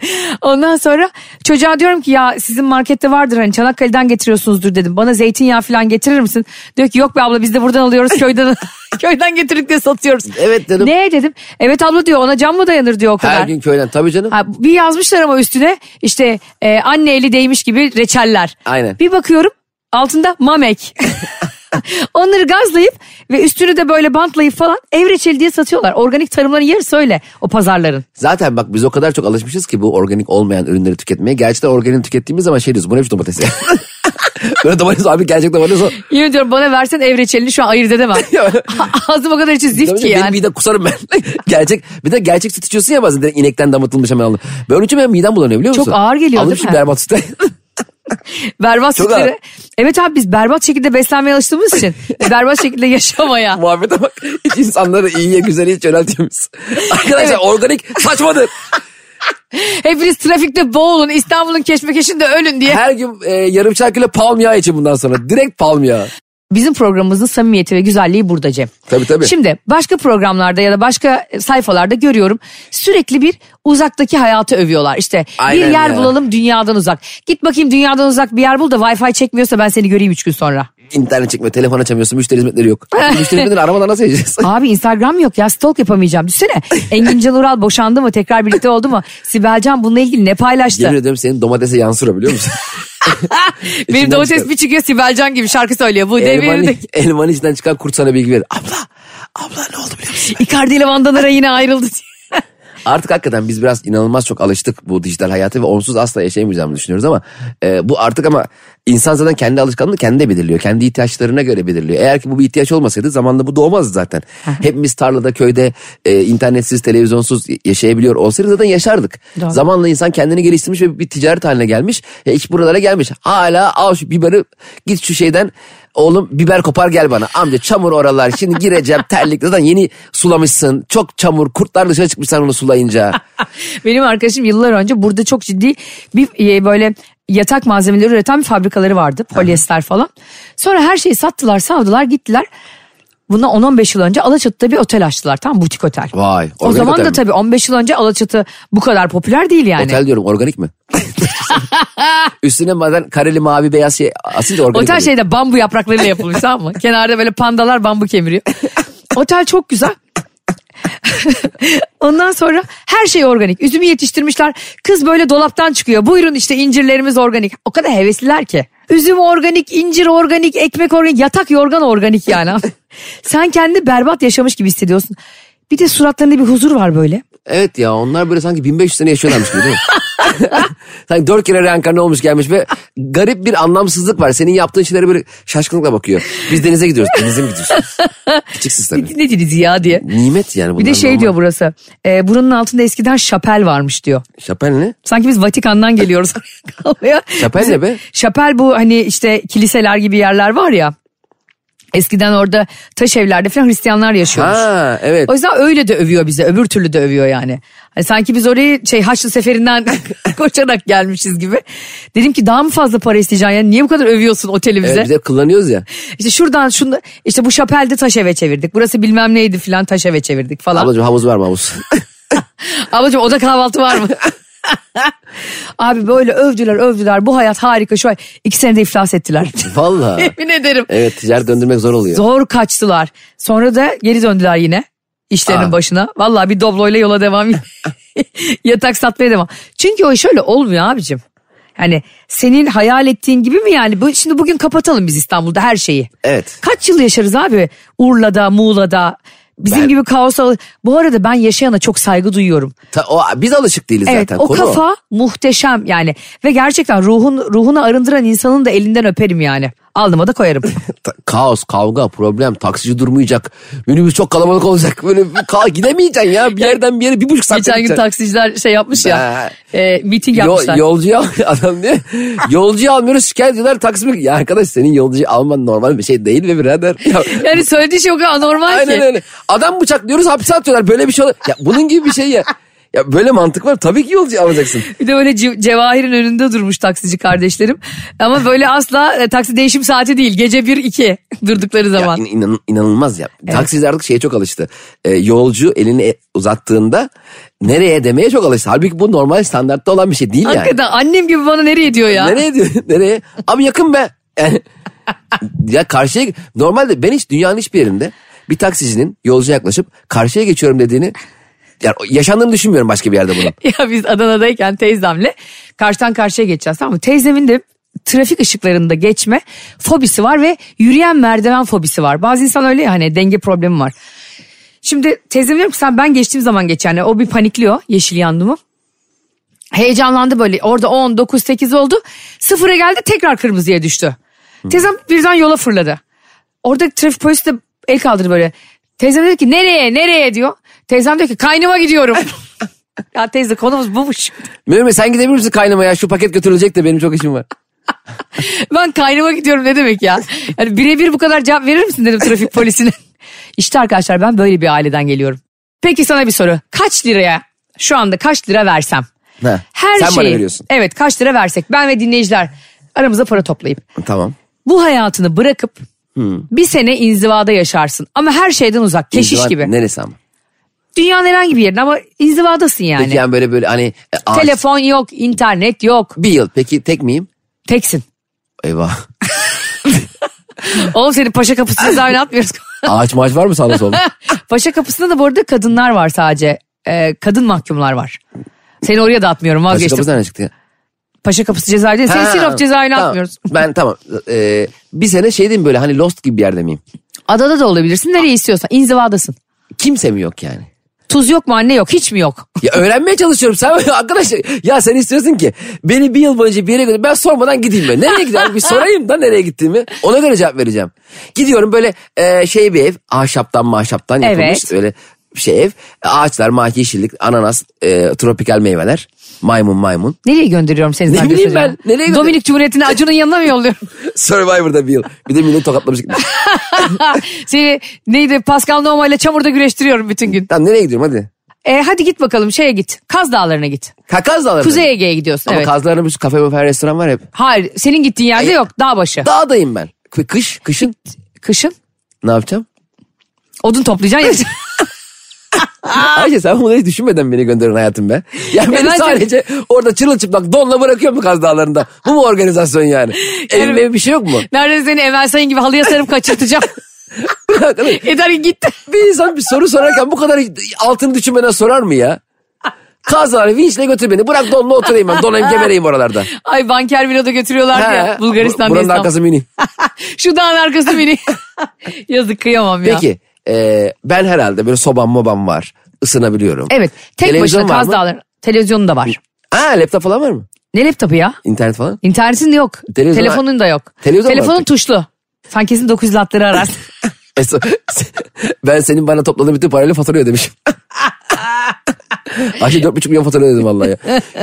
S2: Ondan sonra çocuğa diyorum ki ya sizin markette vardır hani Çanakkale'den getiriyorsunuzdur dedim. Bana zeytinyağı falan getirir misin? Diyor ki yok be abla biz de buradan alıyoruz köyden köyden getirip de satıyoruz.
S3: Evet dedim.
S2: Ne dedim? Evet abla diyor ona cam mı dayanır diyor o kadar.
S3: Her gün köyden tabii canım.
S2: Ha, bir yazmışlar ama üstüne işte e, anne eli değmiş gibi reçeller.
S3: Aynen.
S2: Bir bakıyorum altında mamek. Onları gazlayıp ve üstünü de böyle bantlayıp falan ev reçeli diye satıyorlar. Organik tarımların yarısı öyle o pazarların.
S3: Zaten bak biz o kadar çok alışmışız ki bu organik olmayan ürünleri tüketmeye. Gerçekten organik tükettiğimiz zaman şey diyoruz. Bu ne biçim domates ya? Böyle domates abi gerçekten domates o.
S2: Yemin ediyorum bana versen ev reçelini şu an ayırt edemem. Ağzım o kadar içi zift ki
S3: Tabii Benim
S2: yani.
S3: midem kusarım ben. gerçek, bir de gerçek süt içiyorsun ya bazen direkt inekten damıtılmış hemen alın. Böyle onun için benim midem bulanıyor biliyor
S2: Çok
S3: musun?
S2: ağır geliyor
S3: Alın
S2: değil
S3: şu
S2: mi?
S3: berbat sütü.
S2: Berbat
S3: Çok
S2: sütleri.
S3: ağır.
S2: Evet abi biz berbat şekilde beslenmeye alıştığımız için berbat şekilde yaşamaya.
S3: Muhabbete bak. Hiç insanları iyiye güzeli hiç yöneltiyoruz. Arkadaşlar organik saçmadır.
S2: Hepiniz trafikte boğulun İstanbul'un keşmekeşinde ölün diye.
S3: Her gün e, yarım çay kilo palm yağı için bundan sonra. Direkt palm yağı.
S2: Bizim programımızın samimiyeti ve güzelliği burada Cem.
S3: Tabii, tabii.
S2: Şimdi başka programlarda ya da başka sayfalarda görüyorum sürekli bir uzaktaki hayatı övüyorlar. İşte
S3: Aynen
S2: bir yer
S3: ya.
S2: bulalım dünyadan uzak. Git bakayım dünyadan uzak bir yer bul da Wi-Fi çekmiyorsa ben seni göreyim üç gün sonra.
S3: İnternet çekmiyor, telefon açamıyorsun, müşteri hizmetleri yok. müşteri hizmetleri aramadan nasıl edeceğiz?
S2: Abi Instagram yok ya stalk yapamayacağım. Düşsene Engin Can Ural boşandı mı tekrar birlikte oldu mu? Sibel Can bununla ilgili ne
S3: Yemin
S2: paylaştı?
S3: ediyorum senin domatese yansıra biliyor musun?
S2: Benim
S3: İçinden
S2: domates
S3: çıkar.
S2: bir çıkıyor Sibel Can gibi şarkı söylüyor. Bu
S3: elmanın,
S2: devirde
S3: elmanın içinden çıkan kurt sana bilgi verir. Abla, abla ne oldu biliyor musun?
S2: Icardi ile Vandanara yine ayrıldı diye.
S3: Artık hakikaten biz biraz inanılmaz çok alıştık bu dijital hayata ve onsuz asla yaşayamayacağımızı düşünüyoruz ama e, bu artık ama insan zaten kendi alışkanlığını kendi belirliyor. Kendi ihtiyaçlarına göre belirliyor. Eğer ki bu bir ihtiyaç olmasaydı zamanında bu doğmazdı zaten. Hepimiz tarlada, köyde e, internetsiz, televizyonsuz yaşayabiliyor olsaydı zaten yaşardık.
S2: Doğru.
S3: Zamanla insan kendini geliştirmiş ve bir ticaret haline gelmiş. E, iş buralara gelmiş. Hala al şu biberi git şu şeyden Oğlum biber kopar gel bana. Amca çamur oralar. Şimdi gireceğim terlikle. Zaten yeni sulamışsın. Çok çamur. Kurtlar dışarı çıkmış sen onu sulayınca.
S2: Benim arkadaşım yıllar önce burada çok ciddi bir e, böyle yatak malzemeleri üreten bir fabrikaları vardı. Polyester falan. Sonra her şeyi sattılar, savdılar, gittiler. Buna 10-15 yıl önce Alaçatı'da bir otel açtılar. Tam butik otel.
S3: Vay,
S2: O
S3: organik
S2: zaman
S3: otel
S2: da
S3: mi?
S2: tabii 15 yıl önce Alaçatı bu kadar popüler değil yani.
S3: Otel diyorum organik mi? Üstüne madem kareli mavi beyaz şey asınca organik
S2: Otel
S3: oluyor.
S2: şeyde bambu yapraklarıyla yapılmış tamam mı? Kenarda böyle pandalar bambu kemiriyor. Otel çok güzel. Ondan sonra her şey organik. Üzümü yetiştirmişler. Kız böyle dolaptan çıkıyor. Buyurun işte incirlerimiz organik. O kadar hevesliler ki. Üzüm organik, incir organik, ekmek organik, yatak yorgan organik yani. Sen kendini berbat yaşamış gibi hissediyorsun. Bir de suratlarında bir huzur var böyle.
S3: Evet ya onlar böyle sanki 1500 sene yaşıyorlarmış gibi değil mi? sanki dört kere reenkarne olmuş gelmiş ve garip bir anlamsızlık var. Senin yaptığın şeylere böyle şaşkınlıkla bakıyor. Biz denize gidiyoruz. Denize mi gidiyorsunuz? Küçüksüz tabii.
S2: Ne diriz ya diye.
S3: Nimet yani
S2: Bir
S3: bunlar
S2: de şey
S3: normal.
S2: diyor burası. E, burunun altında eskiden şapel varmış diyor.
S3: Şapel ne?
S2: Sanki biz Vatikan'dan geliyoruz. kalmaya.
S3: Şapel ne be?
S2: Şapel bu hani işte kiliseler gibi yerler var ya. Eskiden orada taş evlerde falan Hristiyanlar yaşıyormuş.
S3: Ha evet.
S2: O yüzden öyle de övüyor bize. Öbür türlü de övüyor yani. Hani sanki biz orayı şey Haçlı Seferi'nden koşarak gelmişiz gibi. Dedim ki daha mı fazla para isteyeceksin? Yani niye bu kadar övüyorsun oteli bize?
S3: Evet, biz hep kullanıyoruz ya.
S2: İşte şuradan şunu işte bu şapelde taş eve çevirdik. Burası bilmem neydi falan taş eve çevirdik falan.
S3: Ablacığım havuz var mı havuz?
S2: Ablacığım oda kahvaltı var mı? Abi böyle övdüler övdüler bu hayat harika şu ay. İki senede iflas ettiler.
S3: Valla.
S2: Yemin ederim.
S3: Evet ticaret döndürmek zor oluyor.
S2: Zor kaçtılar. Sonra da geri döndüler yine işlerinin
S3: Aa.
S2: başına. Vallahi bir dobloyla yola devam. Yatak satmaya devam. Çünkü o iş öyle olmuyor abicim. Yani senin hayal ettiğin gibi mi yani? Bu, şimdi bugün kapatalım biz İstanbul'da her şeyi.
S3: Evet.
S2: Kaç yıl yaşarız abi? Urla'da, Muğla'da. Bizim
S3: Ben-
S2: gibi kaosa. Bu arada ben yaşayana çok saygı duyuyorum.
S3: Ta- o, biz alışık değiliz
S2: Evet
S3: zaten.
S2: o
S3: Konu
S2: kafa muhteşem yani ve gerçekten ruhun ruhunu arındıran insanın da elinden öperim yani. Alnıma da koyarım.
S3: Ta- kaos, kavga, problem, taksici durmayacak. Minibüs çok kalabalık olacak. Böyle bir ka- gidemeyeceksin ya. Bir yerden bir yere bir buçuk saat
S2: Geçen gün
S3: gideceksin.
S2: taksiciler şey yapmış ya.
S3: Be.
S2: E, miting
S3: Yo-
S2: yapmışlar.
S3: yolcuyu al- adam ne? yolcuyu almıyoruz şikayet ediyorlar taksimi. Ya arkadaş senin yolcuyu alman normal bir şey değil mi birader? Ya,
S2: Yani söylediği şey o kadar anormal
S3: aynen
S2: ki.
S3: öyle. Adam bıçaklıyoruz hapse atıyorlar. Böyle bir şey olur. Ya bunun gibi bir şey ya. Ya böyle mantık var. Tabii ki yolcuyu alacaksın.
S2: Bir de böyle ce- Cevahir'in önünde durmuş taksici kardeşlerim. Ama böyle asla e, taksi değişim saati değil. Gece 1-2 durdukları zaman.
S3: Ya in- inan- inanılmaz ya. Taksiciler artık şeye çok alıştı. Ee, yolcu elini e- uzattığında nereye demeye çok alıştı. Halbuki bu normal standartta olan bir şey değil yani.
S2: Hakikaten annem gibi bana nereye diyor ya.
S3: Nereye diyor? Nereye? Abi yakın be. Yani, ya karşıya normalde ben hiç dünyanın hiçbir yerinde bir taksicinin yolcuya yaklaşıp karşıya geçiyorum dediğini yani yaşandığını düşünmüyorum başka bir yerde bunun.
S2: Ya biz Adana'dayken teyzemle karşıdan karşıya geçeceğiz tamam mı? Teyzemin de trafik ışıklarında geçme fobisi var ve yürüyen merdiven fobisi var. Bazı insan öyle ya hani denge problemi var. Şimdi teyzem diyorum ki sen ben geçtiğim zaman geç yani o bir panikliyor yeşil yandı mı? Heyecanlandı böyle orada 10, 9, 8 oldu. Sıfıra geldi tekrar kırmızıya düştü. Teyzem birden yola fırladı. Orada trafik polisi de el kaldırdı böyle. Teyzem dedi ki nereye nereye diyor. Teyzem diyor ki kaynıma gidiyorum. Ya teyze konumuz bumuş.
S3: Mehmet Bey, sen gidebilir misin kaynamaya? Şu paket götürülecek de benim çok işim var.
S2: Ben kaynama gidiyorum ne demek ya? Yani birebir bu kadar cevap verir misin dedim trafik polisine. işte arkadaşlar ben böyle bir aileden geliyorum. Peki sana bir soru. Kaç liraya şu anda kaç lira versem?
S3: Ha,
S2: Her şey
S3: sen
S2: şeyi,
S3: bana veriyorsun.
S2: Evet kaç lira versek ben ve dinleyiciler aramıza para toplayıp
S3: Tamam.
S2: bu hayatını bırakıp
S3: Hmm.
S2: Bir sene inzivada yaşarsın ama her şeyden uzak keşiş
S3: İnziva
S2: gibi.
S3: Neresi ama?
S2: Dünyanın herhangi bir yerinde ama inzivadasın yani.
S3: Peki yani böyle böyle hani e, ağaç-
S2: Telefon yok, internet yok,
S3: Bir yıl peki tek miyim?
S2: teksin.
S3: Eyvah.
S2: Oğlum seni paşa kapısına cezaevine atmıyoruz.
S3: Ağaç maaç var mı sağda solda?
S2: paşa kapısında da bu arada kadınlar var sadece. Ee, kadın mahkumlar var. Seni oraya da atmıyorum
S3: Ağaç
S2: vazgeçtim.
S3: kapısı nereden çıktı ya?
S2: Paşa kapısı cezaevi değil. Seni
S3: Ha,
S2: Sinop cezaevine
S3: tamam.
S2: atmıyoruz.
S3: Ben tamam. Ee, bir sene şey diyeyim böyle hani Lost gibi bir yerde miyim?
S2: Adada da olabilirsin. Nereye
S3: Ah.
S2: istiyorsan. İnzivadasın.
S3: Kimse mi yok yani?
S2: Tuz yok mu anne yok. Hiç mi yok?
S3: Ya öğrenmeye çalışıyorum sen arkadaş ya sen istiyorsun ki beni bir yıl boyunca bir yere götür ben sormadan gideyim ben. Nereye gidiyorum bir sorayım da nereye gittiğimi ona göre cevap vereceğim. Gidiyorum böyle e, şey bir ev ahşaptan mahşaptan yapılmış
S2: Evet.
S3: öyle şey ev ağaçlar maki yeşillik ananas e, tropikal meyveler maymun maymun.
S2: Nereye gönderiyorum seni?
S3: Ne
S2: zannediyorsun
S3: bileyim ben,
S2: acaba?
S3: nereye gönderiyorum?
S2: Dominik Cumhuriyeti'ne Acun'un yanına mı yolluyorum?
S3: Survivor'da bir yıl bir de millet tokatlamış gitmiş.
S2: seni neydi Pascal Noma ile çamurda güreştiriyorum bütün gün.
S3: Tamam nereye gidiyorum hadi.
S2: E, hadi git bakalım şeye git. Kaz Dağları'na git.
S3: Kakaz Dağları'na.
S2: Kuzey Ege'ye gidiyorsun.
S3: Ama
S2: evet.
S3: Kazlar'ın bir sürü kafe möfer restoran var hep.
S2: Hayır senin gittiğin yerde
S3: Ay-
S2: yok. Dağ başı.
S3: Dağdayım ben. Kı- Kış, kışın
S2: Kışın
S3: ne yapacağım?
S2: odun toplayacaksın. yapacaksın.
S3: Ayşe sen bunu hiç düşünmeden beni gönderin hayatım be. Ya beni
S2: bence-
S3: sadece orada çırılçıplak donla bırakıyor mu Kaz Dağları'nda? Bu mu organizasyon yani? Evim bir şey yok mu?
S2: Nerede seni Emel Sayın gibi halıya sarıp kaçırtacağım.
S3: E,
S2: Yeter ki gitti.
S3: bir insan bir soru sorarken bu kadar altını düşünmeden sorar mı ya? Kaz Dağları vinçle götür beni. Bırak donla oturayım ben. Donayım gebereyim oralarda.
S2: Ay banker Vino'da götürüyorlardı ya
S3: He,
S2: Bulgaristan'da.
S3: Buranın
S2: esnaf.
S3: arkası mini.
S2: Şu dağın arkası beni. Yazık kıyamam ya.
S3: Peki e, ben herhalde böyle sobam mobam var. Isınabiliyorum.
S2: Evet tek
S3: Televizyon
S2: başına
S3: var
S2: Kaz
S3: mı?
S2: Dağları. Televizyonu da var.
S3: Ha laptop falan var mı?
S2: Ne laptopu ya?
S3: İnternet falan?
S2: İnternetin de yok.
S3: Televizyon-
S2: Telefonun da yok.
S3: Televizyon var
S2: Telefonun
S3: tek.
S2: tuşlu. Sen kesin 900 latları ararsın.
S3: E, so- ben senin bana topladığın bütün parayla fatura ödemişim. Ayşe 4,5 milyon fatura ödedim vallahi ya.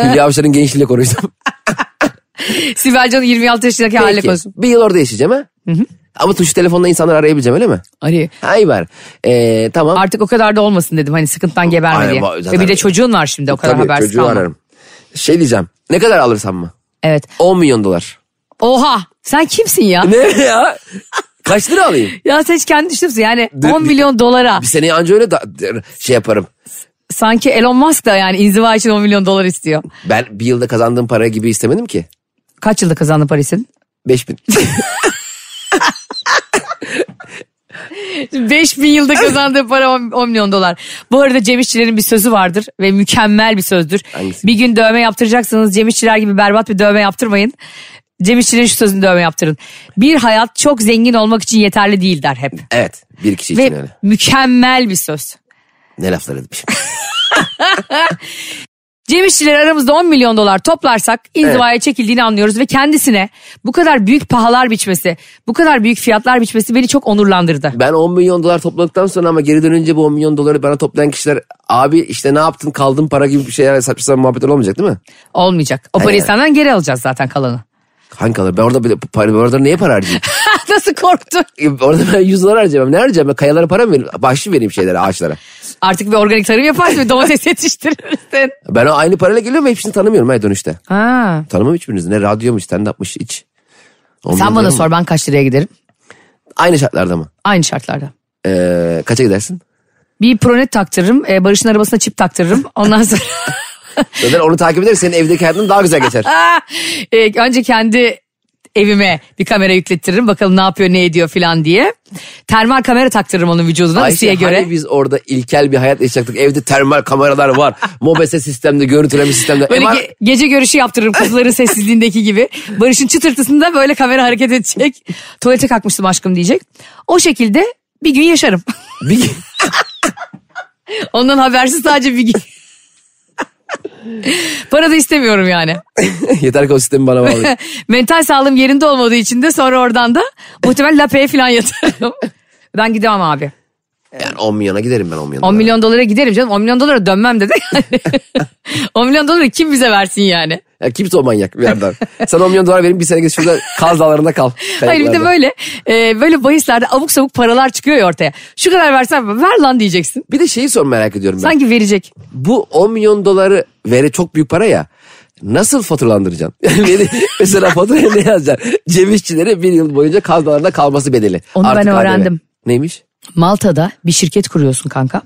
S3: Hülya Avşar'ın gençliğiyle konuştum.
S2: Sibel Can'ın 26 yaşındaki hale
S3: Peki,
S2: koysun.
S3: bir yıl orada yaşayacağım ha? Ama tuşlu telefonla insanları arayabileceğim öyle mi?
S2: Hani
S3: Hayır var. Ee, tamam.
S2: artık o kadar da olmasın dedim hani sıkıntıdan geberme
S3: Aynen,
S2: diye.
S3: ba-
S2: Ve
S3: zaten-
S2: bir de çocuğun var şimdi o kadar
S3: Tabii,
S2: habersiz
S3: çocuğu
S2: kalma.
S3: ararım. Şey diyeceğim. Ne kadar alırsam mı?
S2: Evet.
S3: 10 milyon dolar.
S2: Oha sen kimsin ya?
S3: Ne ya? Kaç lira alayım?
S2: Ya sen hiç kendi düşünürsün yani
S3: De-
S2: 10 milyon dolara
S3: Bir seneye anca öyle da, şey yaparım.
S2: sanki Elon Musk da yani inziva için 10 milyon dolar istiyor.
S3: Ben bir yılda kazandığım para gibi istemedim ki.
S2: Kaç yılda kazandı Paris'in?
S3: 5000.
S2: 5000 yılda kazandığı para 10 10 milyon dolar. Bu arada Cem İşçilerin bir sözü vardır ve mükemmel bir sözdür.
S3: Hangisi?
S2: Bir gün dövme yaptıracaksanız Cem İşçiler gibi berbat bir dövme yaptırmayın. Cem İşçilerin şu sözünü dövme yaptırın. Bir hayat çok zengin olmak için yeterli değil der hep.
S3: evet. Bir kişi için
S2: Ve
S3: öyle.
S2: mükemmel bir söz.
S3: Ne laflar etmişim.
S2: Cem İşçileri aramızda 10 milyon dolar toplarsak inzivaya çekildiğini anlıyoruz ve kendisine bu kadar büyük pahalar biçmesi, bu kadar büyük fiyatlar biçmesi beni çok onurlandırdı.
S3: Ben 10 milyon dolar topladıktan sonra ama geri dönünce bu 10 milyon doları bana toplayan kişiler abi işte ne yaptın kaldın para gibi bir şeyler saçma sapan muhabbetler olmayacak değil mi?
S2: Olmayacak. O parayı
S3: Hayır.
S2: senden geri alacağız zaten kalanı.
S3: Hangi kalır? Ben orada bile para, ben orada neye para harcayayım?
S2: Nasıl korktu?
S3: E, orada ben 100 dolar harcayacağım. Ne harcayacağım? Ben kayalara para mı vereyim? Bahşiş vereyim şeylere, ağaçlara.
S2: Artık bir organik tarım yaparsın ve domates yetiştirirsin.
S3: Ben o aynı parayla geliyorum ve hepsini tanımıyorum hayır dönüşte.
S2: Ha.
S3: Tanımam hiçbirinizi. Ne radyomuş, stand-up'mış hiç. 10
S2: Sen
S3: milyon
S2: bana
S3: dolar mı?
S2: sor ben kaç liraya giderim?
S3: Aynı şartlarda mı?
S2: Aynı şartlarda.
S3: Ee, kaça gidersin?
S2: Bir pronet taktırırım. e, Barış'ın arabasına çip taktırırım. Ondan sonra
S3: Zaten onu takip edersen senin evdeki hayatın daha güzel geçer.
S2: e, önce kendi evime bir kamera yüklettiririm. Bakalım ne yapıyor ne ediyor filan diye. Termal kamera taktırırım onun vücuduna ısıya
S3: Ayşe
S2: göre.
S3: hani biz orada ilkel bir hayat yaşayacaktık. Evde termal kameralar var. Mobese sistemde, görüntüleme sistemde.
S2: Böyle
S3: MR
S2: ge- gece görüşü yaptırırım kuzuların sessizliğindeki gibi. Barış'ın çıtırtısında böyle kamera hareket edecek. Tuvalete kalkmıştım aşkım diyecek. O şekilde bir gün yaşarım.
S3: bir-
S2: Ondan habersiz sadece bir gün. Para da istemiyorum yani.
S3: Yeter ki o sistemi bana bağlı.
S2: Mental sağlığım yerinde olmadığı için de sonra oradan da muhtemelen lapeye falan yatarım. ben gidemem abi.
S3: Yani 10 milyona giderim ben 10 milyona.
S2: 10 milyon dolara giderim canım. 10 milyon dolara dönmem dedi. 10 milyon doları kim bize versin yani?
S3: Ya kimse o manyak bir yerden. Sen 10 milyon dolar verin bir sene git şurada Kaz Dağları'nda kal.
S2: Hayır bir de
S3: Kayaklarda.
S2: böyle e, böyle bahislerde abuk sabuk paralar çıkıyor ya ortaya. Şu kadar versen ver lan diyeceksin.
S3: Bir de şeyi sor merak ediyorum ben.
S2: Sanki verecek.
S3: Bu 10 milyon doları vere çok büyük para ya. nasıl faturalandıracaksın? Beni- mesela faturaya ne yazacaksın? Cem İşçilere bir yıl boyunca kazmalarında kalması bedeli.
S2: Onu ben
S3: ADV.
S2: öğrendim.
S3: Neymiş?
S2: Malta'da bir şirket kuruyorsun kanka.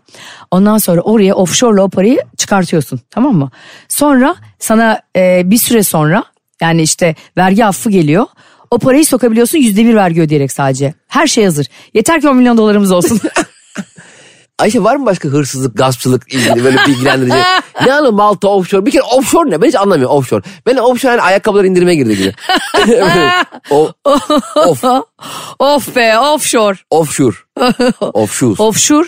S2: Ondan sonra oraya offshore'la o parayı çıkartıyorsun tamam mı? Sonra sana e, bir süre sonra yani işte vergi affı geliyor. O parayı sokabiliyorsun yüzde bir vergi ödeyerek sadece. Her şey hazır. Yeter ki 10 milyon dolarımız olsun.
S3: Ayşe var mı başka hırsızlık, gaspçılık ilgili böyle bilgilendirici? ne anı Malta offshore? Bir kere offshore ne? Ben hiç anlamıyorum offshore. Ben offshore yani ayakkabıları indirime girdi gibi. o, off,
S2: of be offshore.
S3: offshore. Offshoes.
S2: Offshore.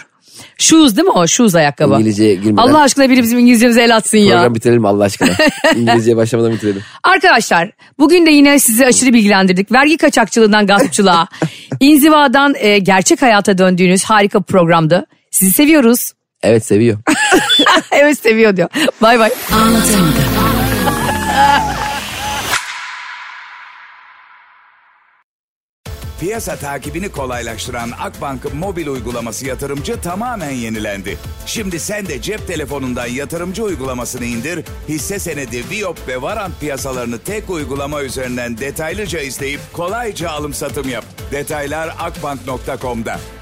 S2: Shoes değil mi o? Shoes ayakkabı.
S3: İngilizceye girmeden.
S2: Allah aşkına biri bizim İngilizcemize el atsın ya.
S3: Program bitirelim Allah aşkına. İngilizceye başlamadan bitirelim.
S2: Arkadaşlar bugün de yine sizi aşırı bilgilendirdik. Vergi kaçakçılığından gaspçılığa, inzivadan e, gerçek hayata döndüğünüz harika bir programdı. Sizi seviyoruz.
S3: Evet seviyor.
S2: evet seviyor diyor. Bay bay.
S6: Piyasa takibini kolaylaştıran Akbank mobil uygulaması yatırımcı tamamen yenilendi. Şimdi sen de cep telefonundan yatırımcı uygulamasını indir, hisse senedi, Viyop ve Varant piyasalarını tek uygulama üzerinden detaylıca izleyip kolayca alım satım yap. Detaylar akbank.com'da.